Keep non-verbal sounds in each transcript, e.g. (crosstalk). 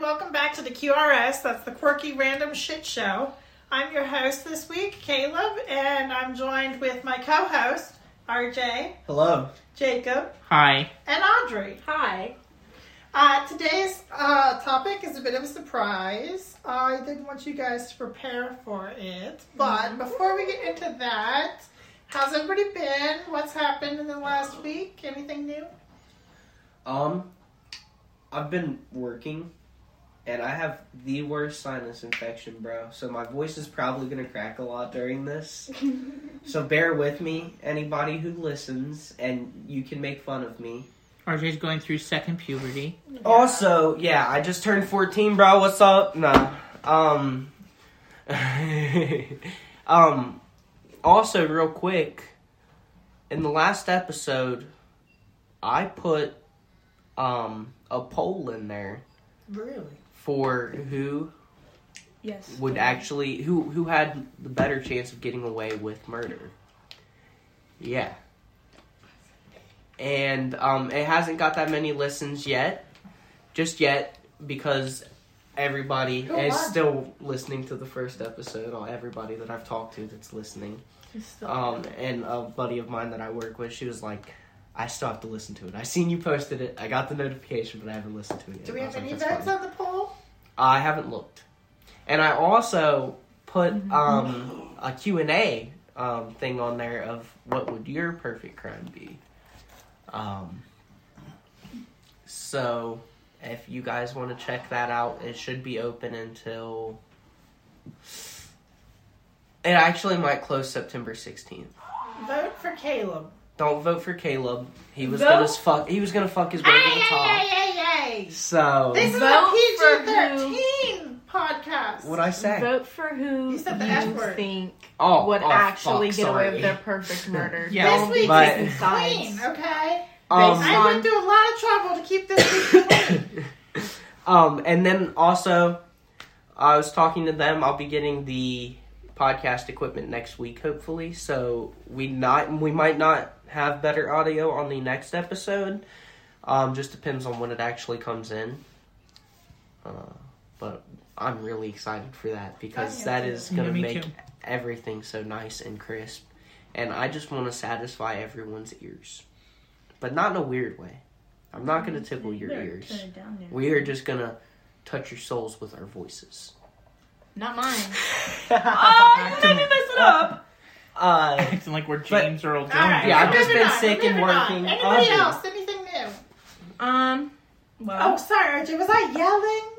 welcome back to the QRS. That's the Quirky Random Shit Show. I'm your host this week, Caleb, and I'm joined with my co host, RJ, Hello. Jacob, Hi. and Audrey. Hi. Uh, today's uh, topic is a bit of a surprise. I didn't want you guys to prepare for it, but before we get into that, how's everybody been? What's happened in the last week? Anything new? Um, I've been working, and I have the worst sinus infection, bro. So my voice is probably gonna crack a lot during this. so bear with me, anybody who listens, and you can make fun of me. RJ's going through second (laughs) puberty. Also, yeah, I just turned 14, bro. What's up? Nah. Um. (laughs) um. Also, real quick, in the last episode, I put um a poll in there Really? for who Yes. would actually who who had the better chance of getting away with murder. Yeah. And um it hasn't got that many listens yet. Just yet because everybody Who is won? still listening to the first episode or everybody that I've talked to that's listening. uh, Um and a buddy of mine that I work with, she was like I still have to listen to it. I seen you posted it. I got the notification, but I haven't listened to it yet. Do we I have was any like, "That's votes funny." on the poll? I haven't looked. And I also put um, a Q&A um, thing on there of what would your perfect crime be. Um, so if you guys want to check that out, it should be open until it actually might close September 16th. Vote for Caleb. Don't vote for Caleb. He was Vote- gonna s- fuck. He was gonna fuck his way to the top. So This is Vote a for PG thirteen podcast. what I say? Vote for who You you said the F word. think oh, would oh, actually fuck, get away with sorry. their (laughs) perfect murder. Yeah. this Don't week but- is clean, okay? Um, Based I went through a lot of Fine. trouble to keep this week clean. um, and then also, I was talking to them. I'll be getting the podcast equipment next week, hopefully. So we not we might not have better audio on the next episode. Um, just depends on when it actually comes in. Uh, but I'm really excited for that because yeah, that too. is Yeah, gonna me make too. everything so nice and crisp. And I just want to satisfy everyone's ears, but not in a weird way. I'm not gonna Mm-hmm. tickle your ears. We are just gonna touch your souls with our voices. Not mine. Oh, you made me mess it up. Uh, Acting like we're But- James Earl Jones. All right, Yeah, I've we're just moving been on, sick we're and moving on. working. Anybody Awesome. else? Anything new? Um. Oh, Uh, Well, sorry, RJ. Was I yelling?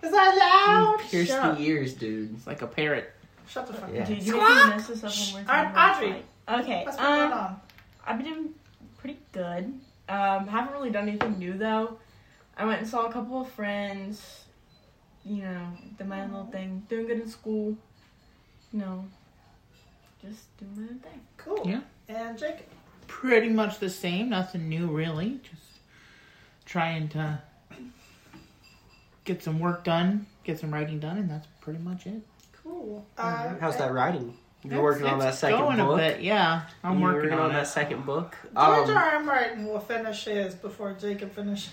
Was Oh, I loud? pierce Shut the up. ears, dude. It's like a parrot. Shut the fuck up. Mm. Yeah. dude, you Squawk. mess this up when we're Aud- talking about Audrey. fight. Okay. What's been going Um, on? I've been doing pretty good. Um, haven't really done anything new though. I went and saw a couple of friends. You know, did my own little thing. Doing good in school. You know, just doing my own thing. Cool. Yeah. And Jacob. Pretty much the same. Nothing new, really. Just trying to get some work done, get some writing done, and that's pretty much it. Cool. Uh, Mm, How's that writing? You're It's- working on that it's second going book. A bit. Yeah, I'm You're working on, that it. second book. George Um, R. R. Martin will finish his before Jacob (laughs) finishes.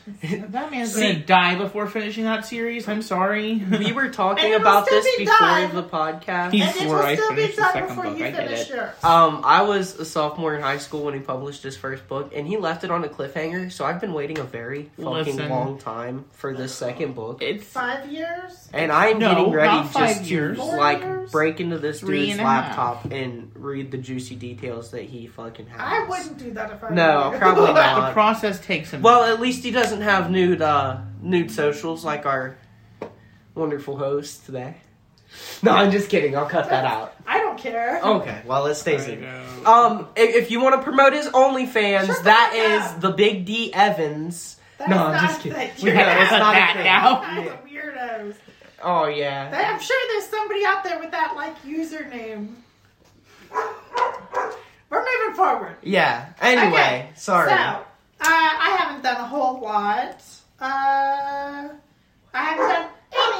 That man's See- gonna die before finishing that series. I'm (laughs) sorry. we were talking And it'll about still this be before done. the podcast. He's- and it Before will I still be finish the done second before book, you I get finish it. yours. um, I was a sophomore in high school when he published his first book, and he left it on a cliffhanger. So I've been waiting a very fucking Listen. long time for this second book, it's Five years. and I'm No, getting ready not five just years. to Four like years? break into this Three dude's and a half. laptop and read the juicy details that he fucking has. I wouldn't do that if I No, were you. probably not. (laughs) the process takes him. Well, at least he doesn't have nude uh, nude socials like our wonderful host today. No, I'm just kidding. I'll cut that (laughs) out. (laughs) I don't care. Okay, well it stays Right, in. uh, Um, i- if, you want to promote his OnlyFans, Shut the that fuck is the Big D Evans. That's no, I'm not just (laughs) kidding. that We you're- gotta- it's cut (laughs) not a that thing. now. Guys are weirdos. (laughs) Oh They- yeah. I'm sure there's somebody out there with that like username. (laughs) We're moving forward. Yeah. Anyway, Okay, sorry. So, uh, I haven't done a whole lot. Uh, I haven't done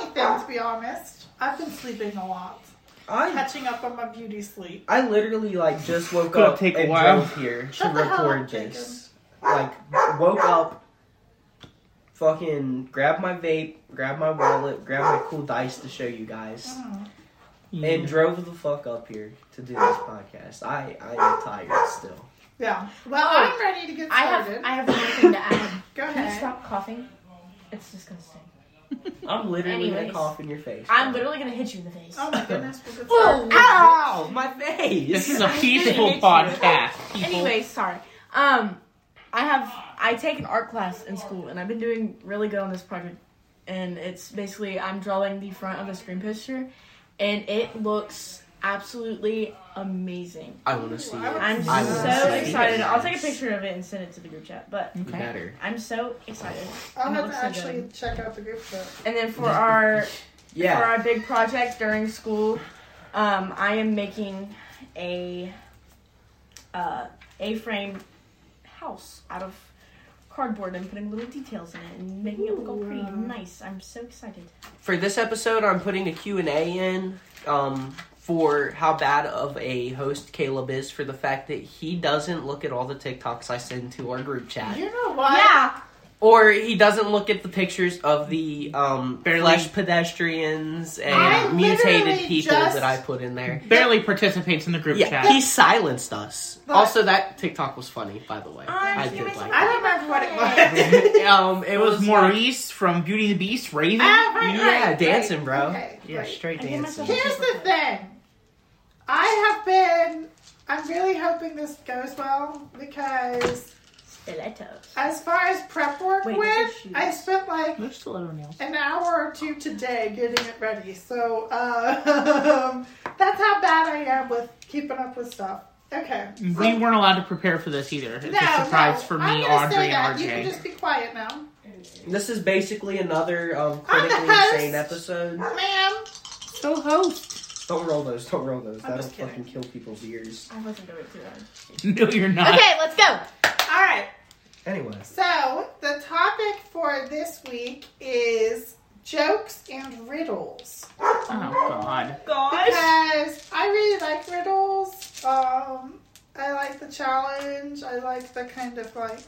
anything to be honest. I've been sleeping a lot, I catching up on my beauty sleep. I literally like just woke Gonna up take a and while. drove here to Shut the hell record up, this. Like woke up, fucking grab my vape, grab my wallet, grab my cool dice to show you guys, and drove the fuck up here to do this podcast. I I am tired still. Yeah. Well, Oh. I'm ready to get I have started. I have one thing to add. Go (laughs) Can you ahead. stop coughing? It's disgusting. I'm literally gonna Anyways. cough in your face. I'm literally gonna hit you in the face. Oh my goodness, we'll get Whoa. started. Ow! My face. (laughs) This is a I (laughs) peaceful hate you. podcast. people. Anyway, sorry. Um, I have I take an art class in school, and I've been doing really good on this project. And it's basically I'm drawing the front of a screen poster, and it looks absolutely amazing. I want to see it. I'm I will so say excited. yes. I'll take a picture of it and send it to the group chat. But Okay. Better. I'm so excited. I'll And it have to looks so actually good. check out the group chat. And (laughs) then for our for Yeah. our big project during school, um, I am making a uh, A-frame house out of cardboard and putting little details in it and making it look all pretty and nice. I'm so excited. For this episode, I'm putting a Q and A in um, for how bad of a host Caleb is for the fact that he doesn't look at all the TikToks I send to our group chat, You know what? Yeah, or he doesn't look at the pictures of the um, Barely. flesh pedestrians and I mutated literally people just- that I put in there. barely participates in the group Yeah, chat. he silenced us. But- also, that TikTok was funny, by the way. I human did like. I It. don't remember what it was. (laughs) um, it, it was like- Maurice from Beauty and the Beast raving. Ah, right, Yeah, right, dancing, right. bro. Okay, yeah, great. straight I give dancing. myself- Here's the thing. I have been. I'm really hoping this goes well because, stilettos. as far as prep work Wait, went, those are shoes. I spent like They're still nails. an hour or two today getting it ready. So (laughs) uh, that's how bad I am with keeping up with stuff. Okay. We weren't allowed to prepare for this either. It's No, a surprise no. for I'm me, gonna say Audrey, that. and You can RJ. just be quiet now, This is basically another um, I'm the critically insane host. episode. ma'am. Still host. Don't roll those. Don't roll those. I'm That'll just kidding. fucking kill people's ears. I wasn't doing it too hard. (laughs) No, you're not. let's go. All right. Anyway, So the topic for this week is jokes and riddles. Oh God. Gosh. Because I really like riddles. Um, I like the challenge. I like the kind of like,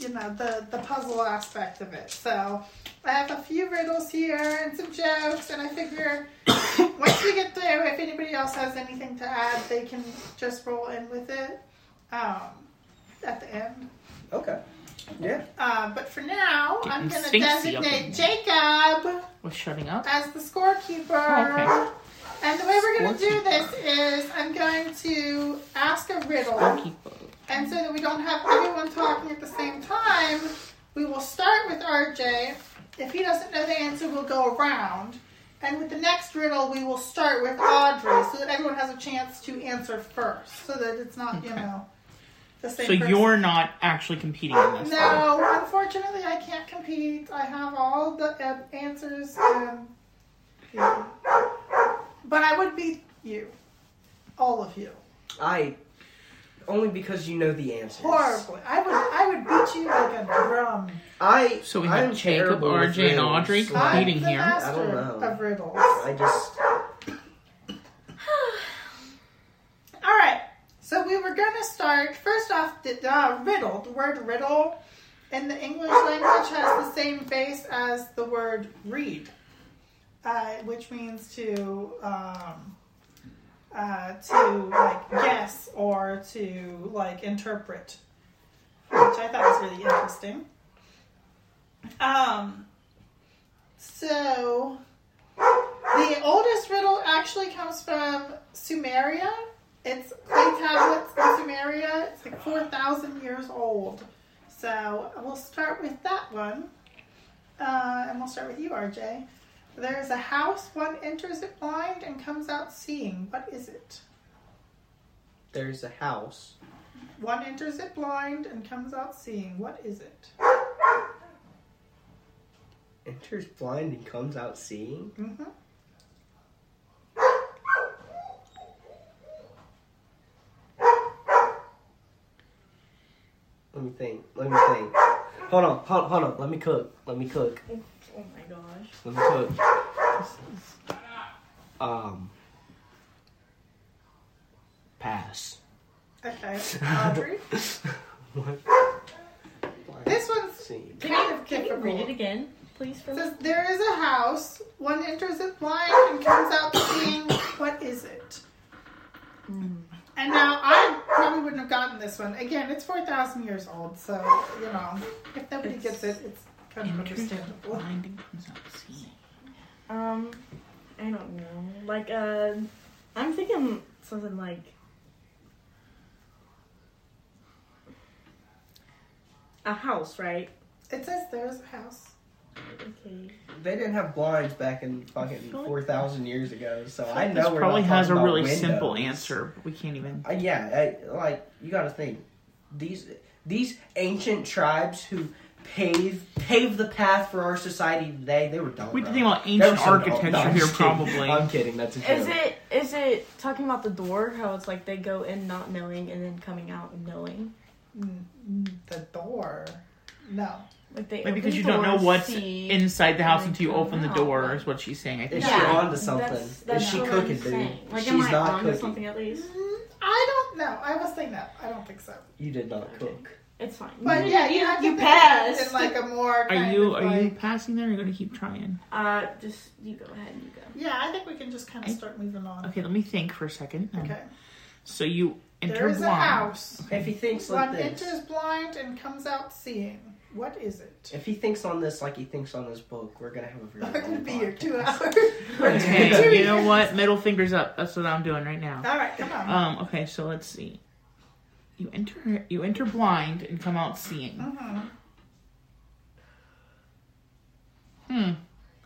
you know, the the puzzle aspect of it. So I have a few riddles here and some jokes, and I figure (coughs) once we get through, if anybody else has anything to add, they can just roll in with it um, at the end. okay. Yeah. Uh, but for now, I'm going to Getting sphinxy up in designate Jacob Was shutting up. as the scorekeeper. Okay. And the way we're going to do this is I'm going to ask a riddle. And so that we don't have everyone talking at the same time, we will start with RJ. If he doesn't know the answer, we'll go around. And with the next riddle, we will start with Audrey so that everyone has a chance to answer first. So that it's not, you know, the same So person. you're not actually competing in this. though. No, unfortunately, I can't compete. I have all the uh, answers. Um, yeah. But I would beat you. All of you. I only because you know the answers. Horribly. I would I would beat you like a drum. I. So we I'm have Jacob, terrible with RJ, and riddles. Audrey Like, I'm competing the here. master I don't know. of riddles. I just. All right. So we were going to start first off the uh, riddle. The word riddle in the English language has the same base as the word read, uh, which means to um, uh, to like guess or to like interpret, which I thought was really interesting. Um. So the oldest riddle actually comes from Sumeria. It's clay tablets in Sumeria. It's like 4,000 years old. So we'll start with that one. Uh, and we'll start with you, RJ. There is a house, one enters it blind and comes out seeing. What is it? There's a house. One enters it blind and comes out seeing. What is it? Enters blind and comes out seeing. hmm Let me think. Let me think. Hold on. Hold, hold on. Let me cook. Let me cook. Oh my gosh. Let me cook. Um. Pass. (laughs) Okay, Audrey. What? This one's scene. Can Kind you, of can you read difficult. it again, please? For It me? says there is a house. One enters it blind and comes out seeing what is it. Mm. And now I probably wouldn't have gotten this one. Again, it's four thousand years old, so you know if nobody It's- gets it, it's kind of Enters the understandable. blind and comes out seeing. Um, I don't know. Like, uh, I'm thinking something like. A house, right? It says there is a house. Okay. They didn't have blinds back in fucking feel like- four thousand years ago, so I know This we're probably not has a talking about really simple windows. answer. But we can't even. Uh, yeah, I, like you got to think these these ancient tribes who pave pave the path for our society today. They were dumb. We bro. have to think about They were ancient so dumb. Oh, No, architecture I'm here, just kidding. probably. I'm kidding. That's a joke. Is it is it talking about the door? How it's like they go in not knowing and then coming out knowing. Mm, mm, The door. No. Like they Maybe open because you don't know doors, what's see, inside the house and until you come open the out. door. Is what she's saying. I Is think. she Yeah, onto something? That's, Is that's she what cooking, I'm saying. dude? Like, She's am I not onto cooking. something at least? Mm, I don't know. I was thinking that. I don't think so. You did not cook. It's fine. But yeah, you have to you think about it passed. in like a more. Are kind you of, are you like- passing there? Or are you going to keep trying? Uh, just you go ahead. You go. Yeah, I think we can just kind of start moving on. Okay, let me think for a second. Um, Okay. So you enter There is a blind. house. If he thinks like One this, enters blind and comes out seeing. What is it? (laughs) if he thinks on this like he thinks on this book, we're gonna have a really I'm gonna long be here podcast. two hours. (laughs) Okay, you know what? Middle fingers up. That's what I'm doing right now. All right, come on. Uh, Um. Okay, so let's see. You enter. You enter blind and come out seeing. Mhm. (laughs) Hmm.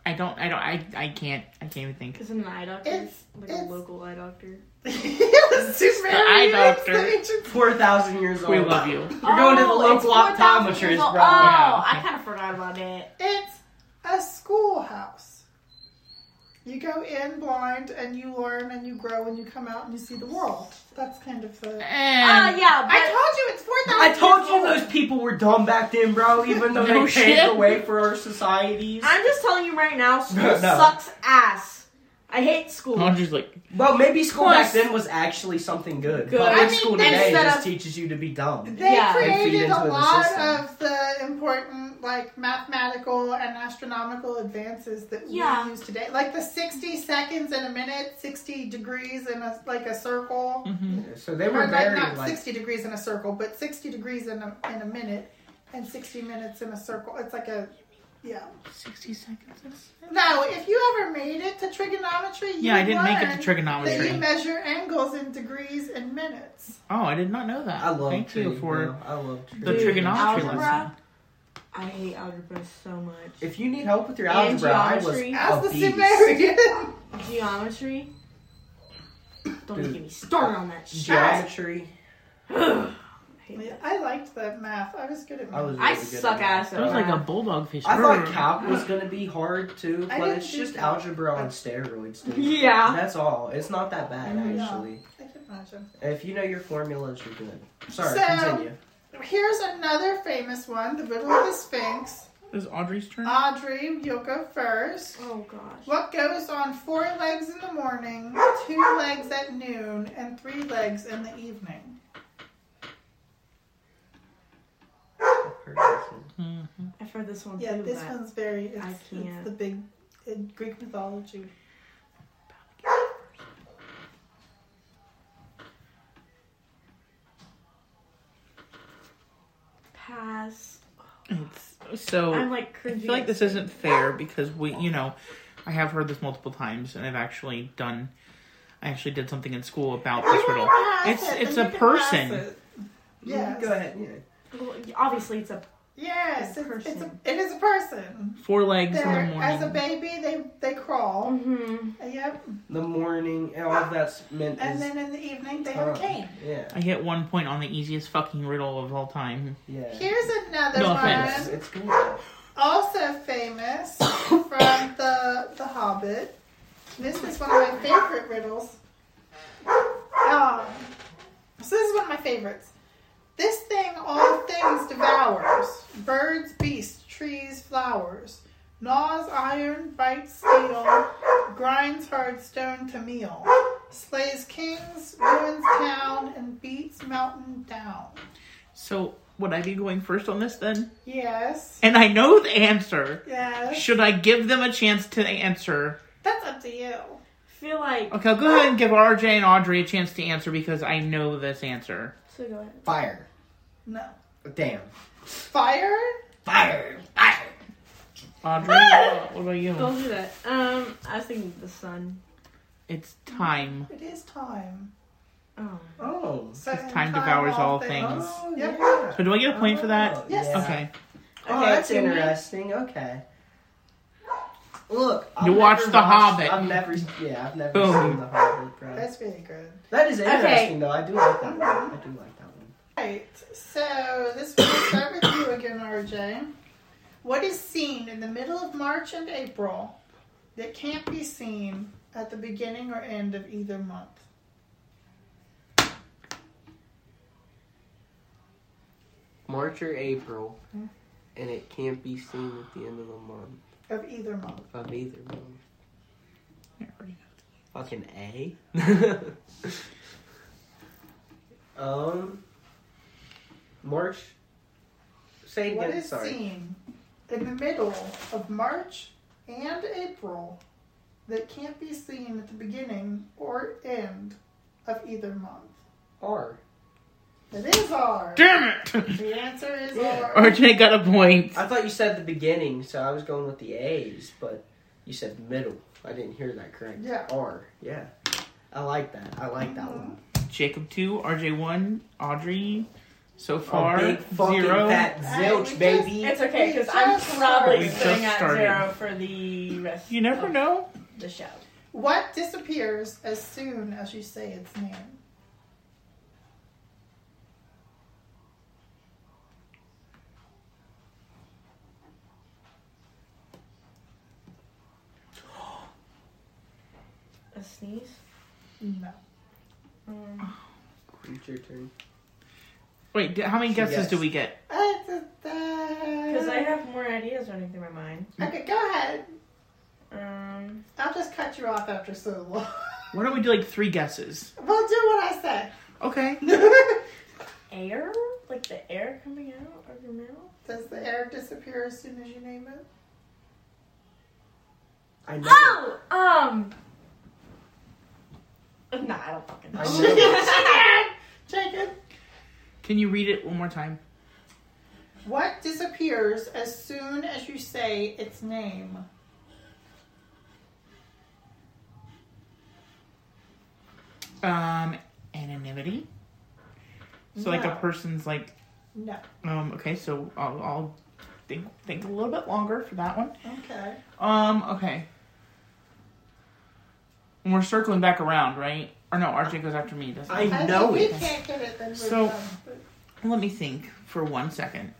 I don't. I don't. I. I can't. I can't even think. Is it an eye doctor? It's- like it's- a local eye doctor. it was too eye very doctor. Four thousand years old. We love you. You're going to the Oh, local it's 4,000 optometrist, years old. bro. Oh, Yeah. I kind of forgot about that. It's a schoolhouse. You go in blind and you learn and you grow and you come out and you see the world. That's kind of the. Uh, And yeah, I but told you it's four thousand. I told you those people were dumb back then, bro. Even though No they shit. paved the way for our societies. I'm just telling you right (laughs) now, school No. sucks ass. I hate school. Andrew's like, Well, maybe school back Plus- then was actually something good. Good. Public I mean, school they today set just up- teaches you to be dumb. They Yeah. And feed created into a the lot system. of the important, like, mathematical and astronomical advances that Yeah. we use today. Like the 60 seconds in a minute, 60 degrees in a, like, a circle. mhm. So they Or, were like, very not like 60 degrees in a circle, but 60 degrees in a, in a minute and 60 minutes in a circle. It's like a, yeah. sixty seconds. No, if you ever made it to trigonometry, you Yeah, I didn't make it learned to That you trigonometry. measure angles in degrees and minutes. Oh, I did not know that. I love Thank tree, you for. bro. I love tree. the trigonometry algebra. lesson. I hate algebra so much. If you need help with your And algebra, I was geometry. As the a beast. Sumerian. Geometry. Don't Dude. get me started on that shit. Geometry. (sighs) I hate Yeah, that. I liked the math. I was good at math. I was really I good at suck that. ass at That was like a math. bulldog fish. I thought calc was gonna be hard too, I but didn't it's do just calc. algebra on steroids, dude. Yeah. That's all. It's not that bad Yeah. actually. I can imagine. If you know your formulas, you're good. Sorry, So- continue. Here's another famous one, The Riddle of the Sphinx. Is Audrey's turn? Audrey, you'll go first. Oh gosh. What goes on four legs in the morning, two legs at noon, and three legs in the evening? Mhm. I've heard this one Yeah, too. this but one's very. It's, I It's can't. the big in Greek mythology. Pass. It's, so I'm like Oh, I cringy. feel like at this school. isn't fair because we, you know, I have heard this multiple times, and I've actually done. I actually did something in school about this riddle. It's it's a person. (laughs) Yes. Go ahead. Yeah. Well, obviously, it's a Yes, It's a it's, it's a, person. it is a person. Four legs in the They're, morning. as a baby, they they crawl. Mhm. Yep, The morning, oh, all of that's meant and is then in the evening uh, they have a time. cane. Yeah, I get one point on the easiest fucking riddle of all time. yeah. Here's another No one, offense. It's, it's good. also famous (coughs) from the The Hobbit. This is one of my favorite riddles. Um, so this is one of my favorites. This thing all things devours: birds, beasts, trees, flowers. Gnaws iron, bites steel, grinds hard stone to meal. Slays kings, ruins town, and beats mountain down. So Would I be going first on this then? Yes. And I know the answer. Yes. Should I give them a chance to answer? That's up to you. feel like. Okay, I'll go ahead and give RJ and Audrey a chance to answer because I know this answer. So go ahead. Fire. No. Damn. Fire? Fire. Fire. Audrey, what what about you? Don't do that. Um, I was thinking the sun. It's time. It is time. Oh. Oh. So time devours all things. Oh, Yep. yeah. So do I get a point for that? Oh, Yes. yeah. Okay. Oh, Okay, that's so we- interesting. Okay. Look, I've You never watched The Hobbit. I've never, yeah, I've never Boom. seen The Hobbit. Bro. That's really good. That is Okay. interesting, though. I do like that one. I do like that one. Right. So this will start with you again, RJ. What is seen in the middle of March and April that can't be seen at the beginning or end of either month? March or April, Hmm. and it can't be seen at the end of the month Of either month. of either month. Fucking A. (laughs) Um, March. Say What again. is Sorry. seen in the middle of March and April that can't be seen at the beginning or end of either month? R. It is R. Damn (laughs) it! The answer is Yeah. R. RJ got a point. I thought you said the beginning, so I was going with the A's, but you said middle. I didn't hear that correct. Yeah. R. Yeah. I like that. I like that one. Jacob two, RJ one, Audrey so A far big fucking zero. fat Hey, we zilch, just- baby. It's okay because I'm just probably started. sitting We at just started. zero for the rest. You never of know. The show. What disappears as soon as you say its name? A sneeze. No. Um, It's your turn. Wait, d- how many She guesses guessed. do we get? Uh, Because Because I have more ideas running through my mind. Okay, go ahead. Um, I'll just cut you off after so long. Why don't we do like three guesses? (laughs) we'll do what I (laughs) say. Okay. air, like the air coming out of your mouth. Does the air disappear as soon as you name it? I know. Oh, um. Uh, Nah, I don't fucking know. I She (laughs) know. did. Jacob. Can you read it one more time? What disappears as soon as you say its name? Um, anonymity. So like a No. person's like, No. um, okay. So I'll, I'll think think a little bit longer for that one. Okay. Um, okay. And we're circling back around, right? Or no, RJ goes after me. Doesn't he? I I know think it. we can't get it. Then we're So- done. But Let me think for one second.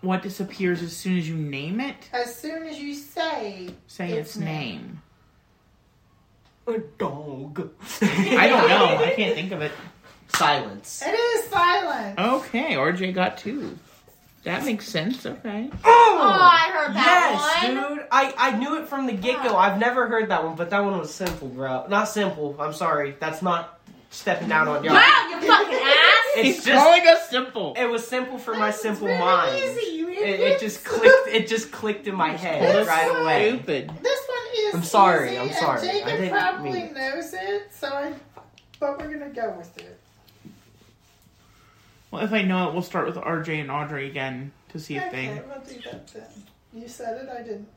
What disappears as soon as you name it? As soon as you say, Say Its its, name. A dog. I don't (laughs) know. I can't think of it. Silence. it is silent. Oh, Okay, RJ got two. That makes sense. Okay. Oh! I heard that yes, one. dude. I, I knew it from the get go. I've never heard that one, but that one was simple, bro. Not simple. I'm sorry. That's not stepping down on y'all. Wow, you fucking ass. It's He's just. calling us simple. It was simple for my That's simple really mind. easy. You It, idiots. (laughs) it just clicked. It just clicked in my head That's right so away. Stupid. This one is. I'm sorry, easy, I'm sorry. And Jacob I didn't probably mean it. knows it, so I. But we're gonna go with it. Well, if I know it, we'll start with RJ and Audrey again to see if okay, they. we'll do that then. You said it. I didn't.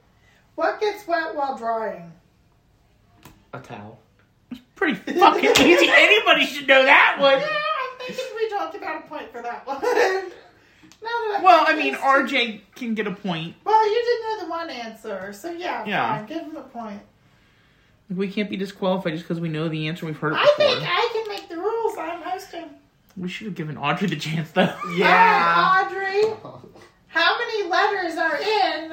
What gets wet while drying? A towel. Pretty fucking (laughs) easy. Anybody should know that Yeah, one. I'm thinking we talked about a point for that one. (laughs) Now that Well, I mean, it's- RJ can get a point. Well, you didn't know the one answer, so yeah, Yeah. fine. Give him a point. We can't be disqualified just because we know the answer. We've heard it I before. think I can make the rules. I'm hosting. We should have given Audrey the chance, though. Yeah. All right, Audrey, how many letters are in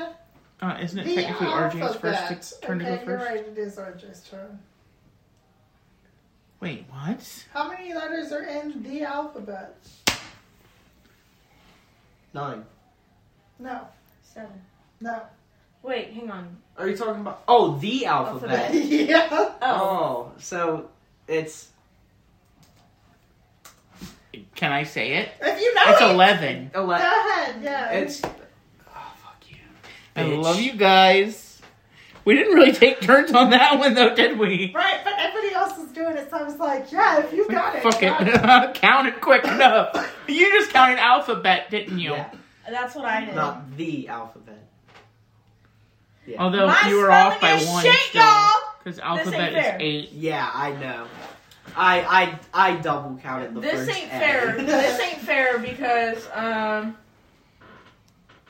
Uh, isn't it the technically RJ's alphabet? first to turn okay, to go you're first? right. It is RJ's turn. Wait, what? How many letters are in the alphabet? Nine. No, Seven. no. (laughs) Wait, hang on. Are you talking about? Oh, the Alphabet. alphabet. yeah. Oh, Oh, so it's Can I say it? If you know It's it, eleven. Oh, go well, ahead. Yeah. it's. Oh, fuck you. I Bitch. love you guys. We didn't really take turns on that one though, did we? right, but everybody else is doing it, so I was like, yeah, if you got it. Fuck got (laughs) it. counted quick enough. You just counted alphabet, didn't you? Yeah, That's what I did. not the alphabet. Although My you were off by one, spelling is shit, y'all. because ain't alphabet is fair. eight. Yeah, I know. I I I double counted the This first ain't A. fair. (laughs) this ain't fair because um,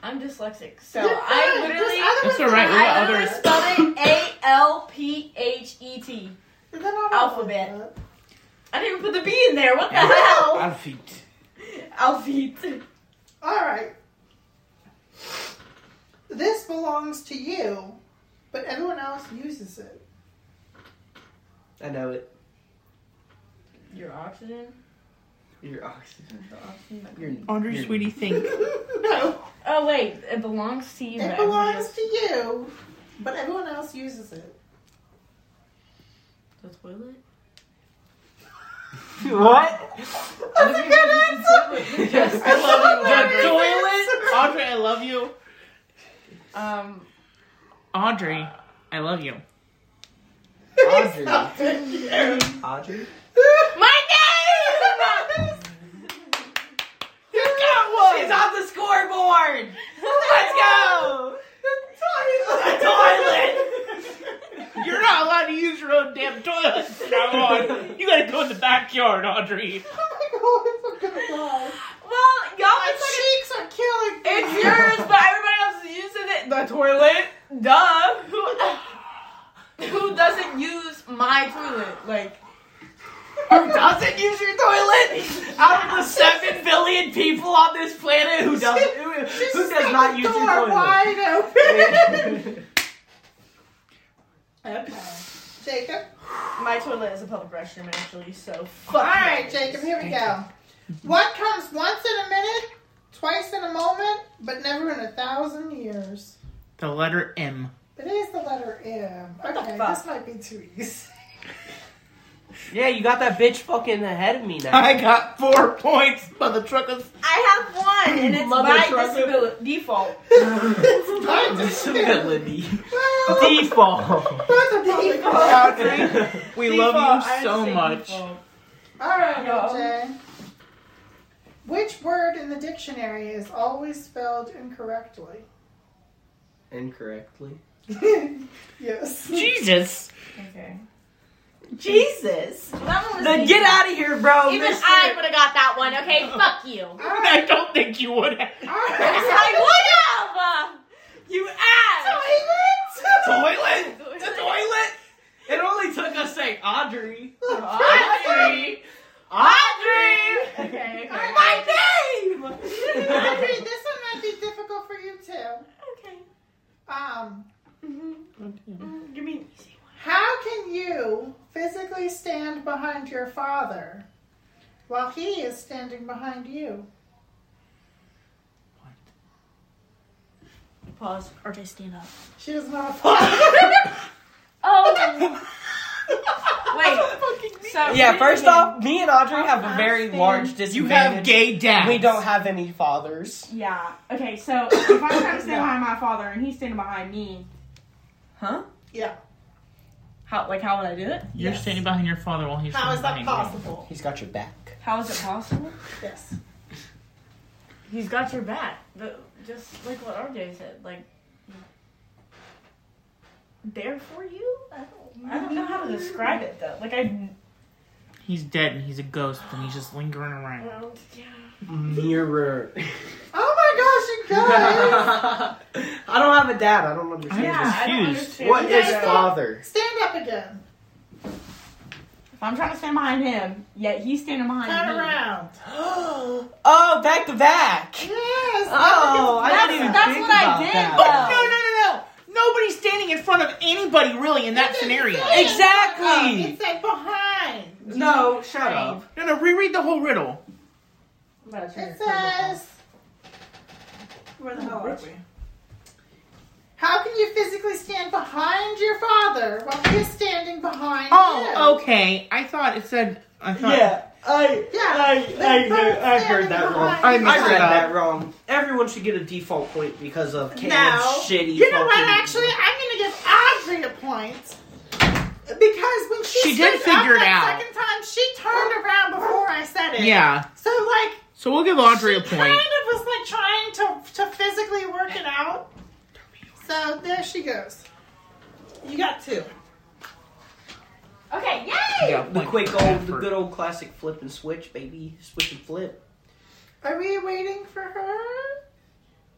I'm dyslexic, so You're I fine. literally There's That's other all right. ones We got other. I literally spelled it A L P H E T. that- they're not Alphabet. all like I didn't even put the B in there. What (laughs) the hell? Alphabet. Alphabet. that. All right. This belongs to you, but everyone else uses it. (laughs) I know it. Your oxygen. Your oxygen. The oxygen. Your Andre, your- sweetie, think. (laughs) no. Oh wait, it belongs to you. It but everyone belongs else- to you, but everyone else uses it. the toilet. What? That's a good answer. (laughs) I (laughs) love you, That's a Andre. good answer. Andre, I love you. (laughs) Um, Audrey, I love you. Audrey. Audrey. my name. You got one. She's on the scoreboard. Let's (laughs) go. You're not allowed to use your own damn toilet from now on. You gotta go in the backyard, Audrey. (laughs) Oh my god, I'm gonna die. well, y'all My it's like cheeks are killing me. It's yours, but everybody else is using it. The toilet. Duh. Who, who doesn't use my toilet? Like, Who doesn't use your toilet? Out of the seven billion people on this planet, who doesn't? Who, She's who does not use the your door toilet? (laughs) wide (laughs) open. Jacob. my toilet is a public restroom, actually, so All fuck. right, you. Jacob. Here we go. What comes once in a minute, twice in a moment, but never in a thousand years? The letter M. It is the letter M. the Okay, fuck? this might be too (laughs) easy. (laughs) Yeah, you got that bitch fucking ahead of me now. I got four points, mother truckers. I have one, and it's Mother by trucker. disability default. (laughs) it's not Disability. Well, Default. (laughs) both are public property. We love Default, I you had to so say much. default. All right, Yo. LJ. Which word in the dictionary is always spelled incorrectly? (laughs) Incorrectly. yes. Jesus. Okay. Jesus. That one was Then easy. get out of here, bro. Even Mister- I would have got that one, okay? Fuck you. (laughs) All I right. don't think you would have. All right. I would have! You ass! Toilet. toilet. The toilet. It only took us saying Audrey. Audrey. (laughs) Audrey! Okay, okay. My name. Audrey, this one might be difficult for you too. Okay. Um, Mm, Give me an easy one. how can you physically stand behind your father while he is standing behind you? Pause. RJ, stand up. She doesn't have a father. (laughs) Oh. Wait. So Yeah, first off, me and Audrey have a very Understand. large You have disadvantage. gay dads. We don't have any fathers. Yeah. Okay. So if I'm trying to stand behind my father and he's standing behind me, huh? yeah. How like how would I do it? You're Yes. standing behind your father while he's How is that standing behind you. possible? He's got your back. How is it possible? Yes. He's got your back. The, just like what RJ said. Like there for you. I don't. I don't know how to describe it though. Like I. He's dead and he's a ghost and he's just lingering around. well, yeah. Mirror. Oh my gosh, you guys! I don't have a dad. I don't understand. Yeah. I don't confused. understand. What You is guys (gasps) don't- father? Stand up again. If I'm trying to stand behind him, yet he's standing behind Turn me. around. oh, back to back. Yes. Oh, I That's, didn't even that's think what I about did. that. though. No, no, no, no. Nobody's standing in front of anybody really in that scenario. Exactly. It's like behind. No, shut up. No, no, reread the whole riddle. It says. Where the hell are we? How can you physically stand behind your father while he is standing behind you? Oh, okay. I thought it said. I thought. Yeah. I, Yeah, I, they're I, both I, have heard that standing wrong. behind- I I read read that wrong. Everyone should get a default point because of Cam's No. shitty. You know what? fucking- Actually, I'm gonna give Audrey a point because when she, She did stood up figure it that out. second time, she turned around before I said it. Yeah. So like, So we'll give Audrey a she kind point. of was like trying to to physically work it out. So there she goes. You got two. Okay, yay! Yeah, the Like quick old, the effort. good old classic flip and switch, baby. Switch and flip. Are we waiting for her?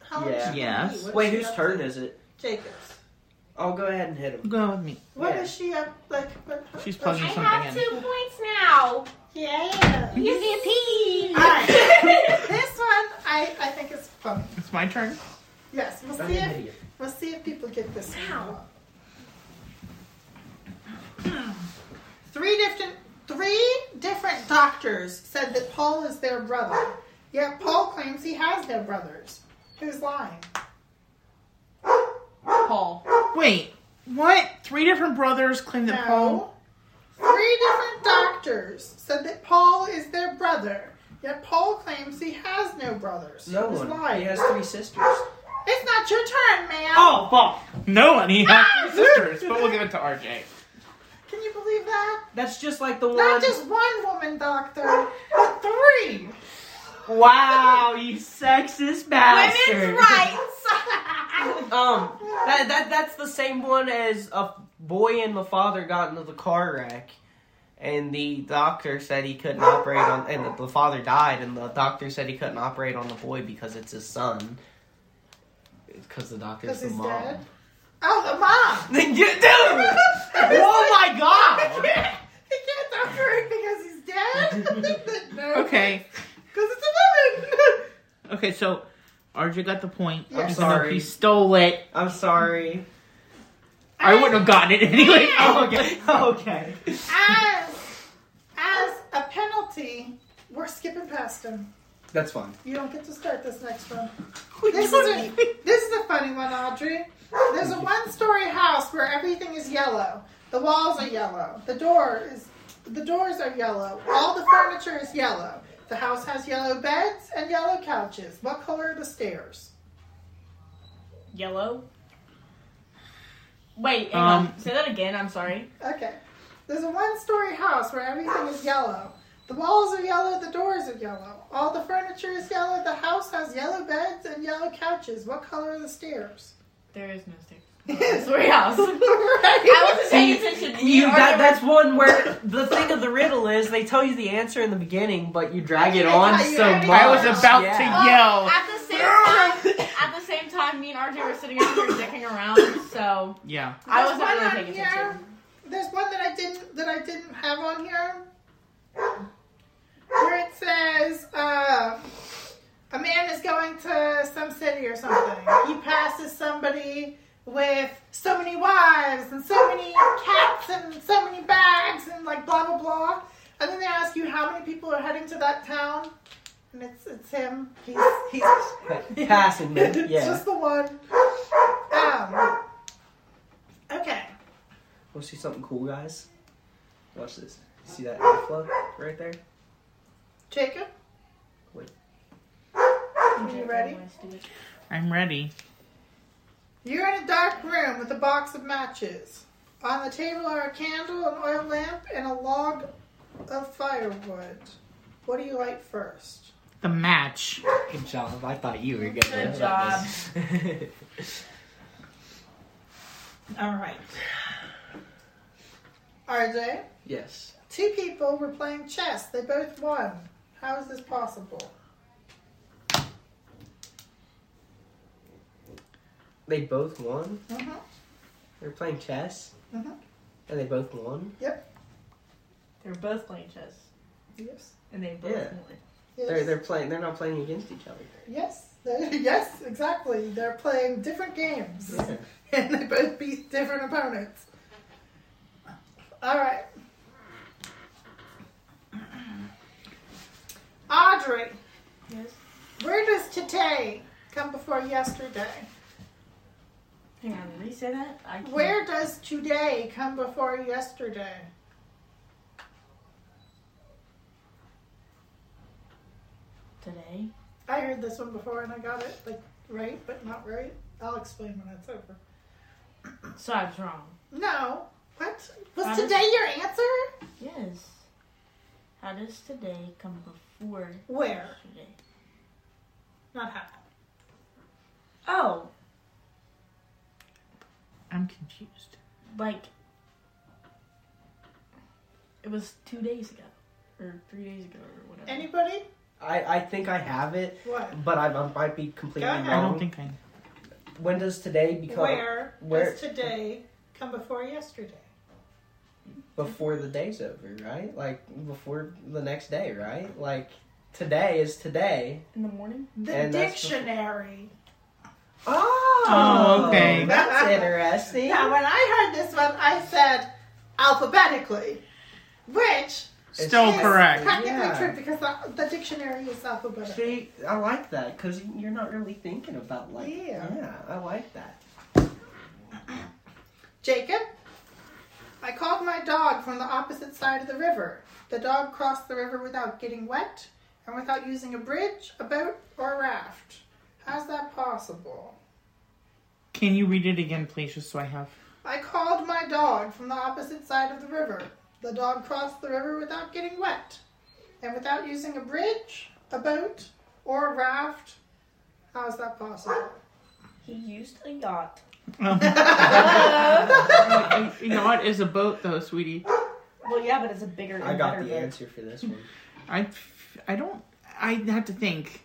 How long Yeah. should we Yes. wait? What Wait, is she whose up turn to? is it? Jacob's. I'll go ahead and hit him. Go with me. What is Yeah. she up like? What, She's what- I plugging have something in. two points now. Yeah. You see a pee. Alright. (laughs) this one I, I think is fun. It's my turn. Yes, we'll I'm see an if idiot. we'll see if people get this one. Ow. Hmm. Three different three different doctors said that Paul is their brother. Yet Paul claims he has no brothers. Who's lying? Paul. Wait, what? Three different brothers claim no. that Paul. Three different doctors said that Paul is their brother. Yet Paul claims he has no brothers. No Who's one. lying? He has three sisters. It's not your turn, ma'am. Oh, fuck. No one. He (laughs) has three sisters, but we'll give it to RJ. Can you believe that? That's just like the one. Not just one woman doctor, but three. Wow, you sexist bastard. (laughs) Women's rights. Um, that, that that's the same one as a boy and the father got into the car wreck, and the doctor said he couldn't operate on, and the, the father died, and the doctor said he couldn't operate on the boy because it's his son. Because the doctor's Because the he's mom. (laughs) dead. Oh, the mom. Dude! oh (laughs) my He god! can't he can't doctor it because he's (laughs) dead. (laughs) no. Okay. Because it's a woman. (laughs) Okay, so RJ got the point. Yeah. even though Sorry. He stole it. I'm sorry. I wouldn't have gotten it anyway. (laughs) Oh, okay. Okay. As as a penalty, we're skipping past him. That's fine. You don't get to start this next one. This is a this is a funny one, Audrey. There's a one-story house where everything is yellow. The walls are yellow. The door is the doors are yellow. All the furniture is yellow. The house has yellow beds and yellow couches. What color are the stairs? Yellow. Wait, hang Um, on. Say that again. I'm sorry. Okay. There's a one-story house where everything is yellow. The walls are yellow. The doors are yellow. All the furniture is yellow. The house has yellow beds and yellow couches. What color are the stairs? (laughs) There is no stick. Sorry, house. (laughs) I Right. wasn't paying attention. to You that, already- that's one where the thing of the riddle is they tell you the answer in the beginning, but you drag it Yeah, on you so already- much. I was about Yeah. to Well, yell. At the same (laughs) time, at the same time, me and RJ were sitting out here dicking around, so yeah. I There's wasn't one really on paying here. attention. There's one that I didn't that I didn't have on here where it says uh, a man is going to some city or something. He passes somebody with so many wives and so many cats and so many bags and like blah blah blah. And then they ask you how many people are heading to that town, and it's it's him. He's he's (laughs) Passing me. it's Yeah. just the one. Um, okay. Wanna see something cool, guys? Watch this. See that airflow right there? Jacob? Wait. Are you ready? I'm ready. You're in a dark room with a box of matches. On the table are a candle, an oil lamp, and a log of firewood. What do you light first? The match. Good job. I thought you were good. Good job. All right. RJ, (laughs) yes. two people were playing chess. They both won. How is this possible? They both won. Mhm. They're playing chess. Mhm. And they both won. They're both playing chess, Yes. and they both Yeah. won. Yes. They're they're playing. They're not playing against each other. Yes. (laughs) They- yes, exactly. They're playing different games. Yeah. (laughs) and they both beat different opponents. All right. Audrey, Yes. where does today come before yesterday? Hang on. Did he say that? I can't. Where does today come before yesterday? today. I heard this one before and I got it like right, but not right. I'll explain when it's over. So I was wrong. No. What? Was How does- today your answer? Yes. How does today come before Where? yesterday? Not how. Oh, I'm confused. like it was two days ago or three days ago or whatever. Anybody? I, I think I have it, What? but I, I might be completely Go ahead. wrong. I don't think I. When does today become Where, where- does today come before yesterday? before the day's over, right? Like before the next day, right? Like today is today. in the morning? The And that's before- dictionary. Oh, Oh, okay. (laughs) That's interesting. Now, when I heard this one, I said alphabetically, which Still is correct. Technically Yeah. true because the, the dictionary is alphabetical. See, I like that because you're not really thinking about like. Yeah. I like that. Jacob, I called my dog from the opposite side of the river. The dog crossed the river without getting wet and without using a bridge, a boat, or a raft. How's that possible? Can you read it again, please, just so I have? I called my dog from the opposite side of the river. The dog crossed the river without getting wet and without using a bridge, a boat, or a raft. How is that possible? He used a yacht. Uh, you know what? Is a boat though, sweetie. (laughs) Well, yeah, but it's a bigger. and I got better the boat. answer for this (laughs) one. I, I don't. I have to think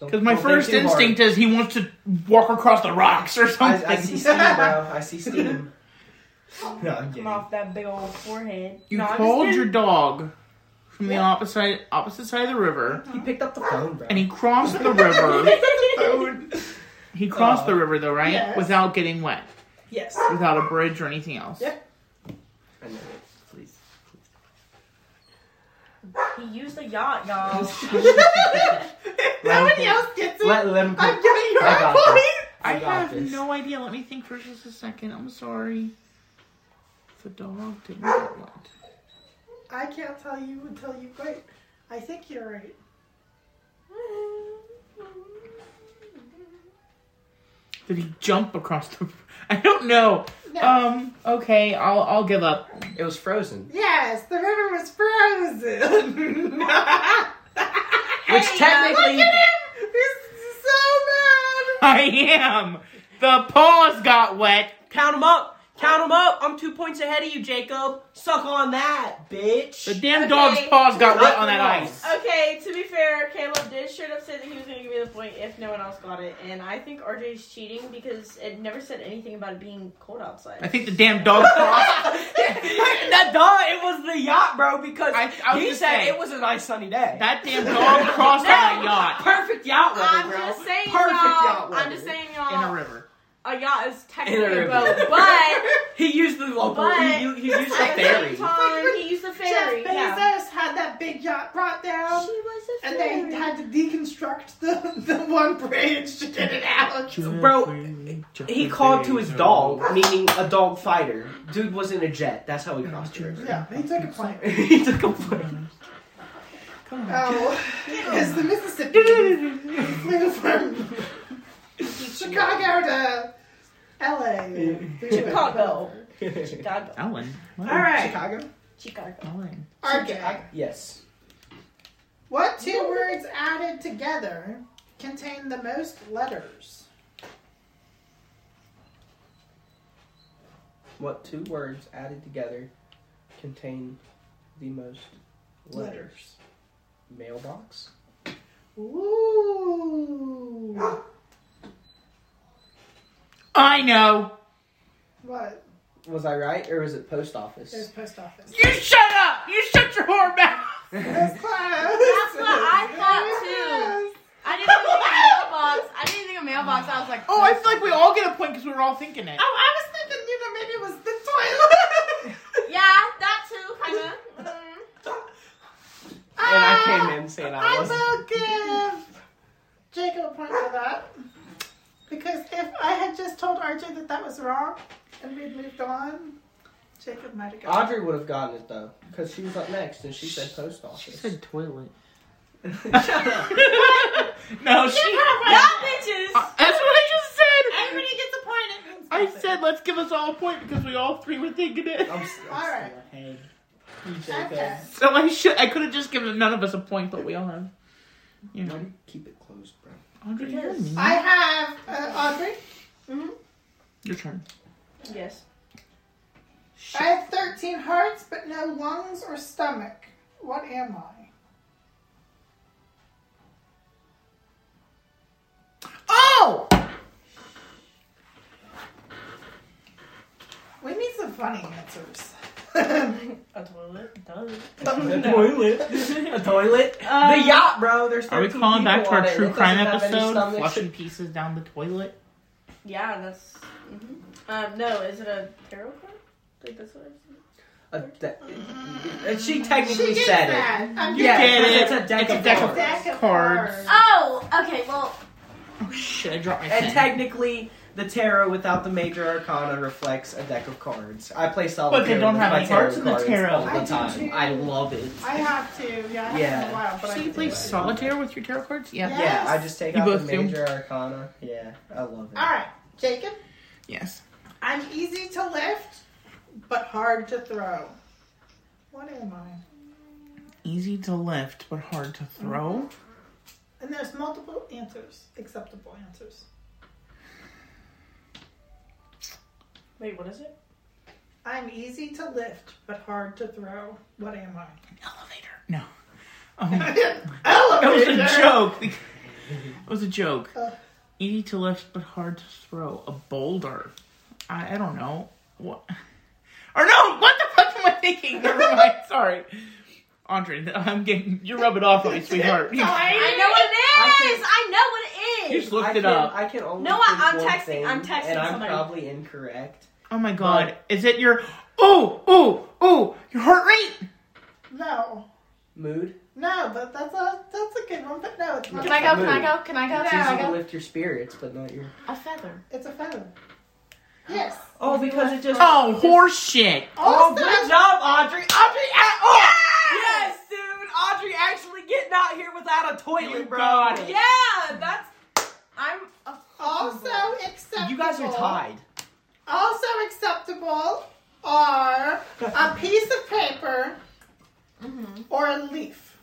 Don't- because my don't think first too hard. instinct is he wants to walk across the rocks or something. I, I see steam, (laughs) bro. (laughs) I see steam. no, I'm kidding. Come off that big old forehead. you No, I'm just called kidding. your dog from the Yeah. opposite opposite side of the river, He picked up the phone, bro. and he crossed the river. (laughs) (laughs) he crossed Aw. the river though, right? Yes. Without getting wet, (laughs) (laughs) Yes. without a bridge or anything else. Yeah. I know it. Please. He used a yacht, y'all. Nobody else gets it. Let, let him. I'm getting your I got this. point. I, got have this. no idea. Let me think for just a second. I'm sorry. The dog didn't get wet. I can't tell you until you wait. I think you're right. Did he jump across the? (laughs) I don't know. No. Um. Okay. I'll I'll give up. It was frozen, yes, the river was (laughs) frozen. (laughs) which technically. He's so mad. (laughs) I am. The paws got wet. Count them up. Count them up. I'm two points ahead of you, Jacob. Suck on that, bitch. (laughs) The damn dog's Okay. paws got wet on that ice. (laughs) Okay, to be fair, Caleb did straight up say that he was going to give me the point if no one else got it, and I think RJ's cheating because it never said anything about it being cold outside. I think the damn (laughs) dog's paws. that dog. It was the yacht, bro. Because I- I was he gonna said say- it was a nice sunny day. That damn dog crossed on a yacht Perfect yacht weather, I'm bro. just saying, Perfect yacht y'all. weather. I'm just saying, in a y'all. river. A yacht is In technically a a river. boat, but He used the local. But- he, u- he used the at the ferry. same time, he used a ferry. Jeff Bezos Yeah. had that big yacht brought down, was a and they had to deconstruct the, the one bridge to get it out. Bro, He called to his dog, meaning a dog fighter. Dude was in a jet. That's how he crossed the river. Yeah, he took a plane. (laughs) he took a plane. Oh, it's the Mississippi. flew from Chicago to L.A. Chicago. Chicago. Ellen. What? All right, Chicago? Chicago. Ellen. RJ. Yes. What two words added together contain the most letters? What two words added together contain the most letters? Mailbox? Ooh. I know. What? Was I right or was it post There's office? post office. You shut up. You shut your whore mouth. That's close. That's what I thought, I didn't think of mailbox. I didn't think of mailbox. I was like, (laughs) Oh, I feel like we all get a point because we were all thinking it. Oh, I was thinking, you know, maybe it was the toilet. (laughs) yeah, that too, Mm. kind of. And I Ah, came in saying I I wasn't. will give Jacob a point for that. Because if I had just told RJ that that was wrong and we'd moved on, Jacob might have gotten (laughs) Audrey would have gotten it though, because she was up next and she said post office. toilet. Shut up. No, she. Y'all bitches! Uh, That's what I just said. Everybody gets a point. It means I something. said let's give us all a point because we all three were thinking it. I'm, s- I'm All right. still ahead. You Okay. Jacob. (laughs) So I should. I could have just given none of us a point, but we all have. You Why do know, you keep it closed, bro? Audrey, you're Because mean. I have uh, Audrey. your turn. Yes. I have 13 hearts, but no lungs or stomach. What am I? Oh, We need some funny (laughs) answers. A toilet? Does. A (laughs) toilet. A toilet. Um, the yacht, bro. There's are we 13 calling back to people on our it. true It crime doesn't have any episode? stomachs. Flushing pieces down the toilet. Yeah, that's. mhm. Um, no, is it a tarot card? Like, that's what I A de- and Mm. she technically gets said it. that. I'm You Yeah, getting get because it. it's a deck It's of a deck of cards. Deck of Cards. cards. Oh, okay, well, Oh shit! I dropped my And pen. technically, the tarot without the major arcana reflects a deck of cards. I play solitaire. But they don't with have my any cards in the tarot. all I do the time. too. I love it. I have to. Yeah, I have to in Yeah. a while. But so I you can play do it. solitaire with your tarot cards? Yeah. Yeah. Yeah, I just take You out the both do. major arcana. Yeah, I love it. All right, Jacob. Yes. I'm easy to lift, but hard to throw. What am I? Easy to lift, but hard to throw. And there's multiple answers, acceptable answers. Wait, what is it? I'm easy to lift, but hard to throw. What am I? (laughs) Elevator. No. (laughs) Um, That was Elevator. a joke. (laughs) That was a joke. Uh. Easy to lift but hard to throw. A boulder. I, I don't know. What? Or no! What the fuck am I thinking? (laughs) Never mind. Sorry, Andre. I'm getting. You're rubbing off on me, sweetheart. You, (laughs) I know what it is! I I know what it just is! looked I it can, up. I can only No, I- think I'm one texting- thing, I'm texting and I'm somebody. probably incorrect. oh my god! Is it your? Oh oh oh! Your heart rate. No, Mood. no, but that's a that's a good one. But no, it's not. Can I go? Can I go? Can I go? It's Can easy I to go? lift your spirits, but not your. A feather. It's a (gasps) feather. Yes. Oh, because it just. Oh horse shit! Oh, Also, good job, Audrey. Audrey, a- oh, yes! dude. Audrey actually getting out here without a toilet, You bro. got it. Yeah, that's. I'm a. also acceptable. You guys are tied. Also acceptable are a piece of paper Mm-hmm. or a leaf.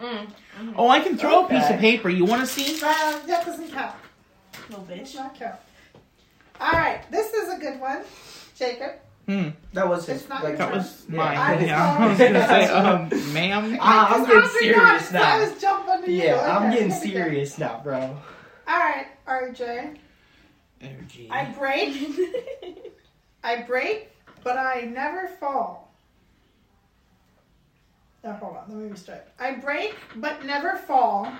Mm, Oh, I can throw a piece Okay. of paper. You want to see? Well, Uh, that doesn't count. little Does (laughs) bitch. not count. All right, this is a good one, Jacob. Hmm. That was It's his. not Like, your That was (laughs) Yeah. mine. I (laughs) Yeah. I was was gonna say, um, sorry. (laughs) ma'am. Ah, I'm Because getting Audrey got it, serious so I now. was jumping to you. Yeah, I'm Okay, getting here we go. serious now, bro. All right, RJ. Energy. I break, I break, but I never fall. Now hold on, let me restart. I break, but never fall,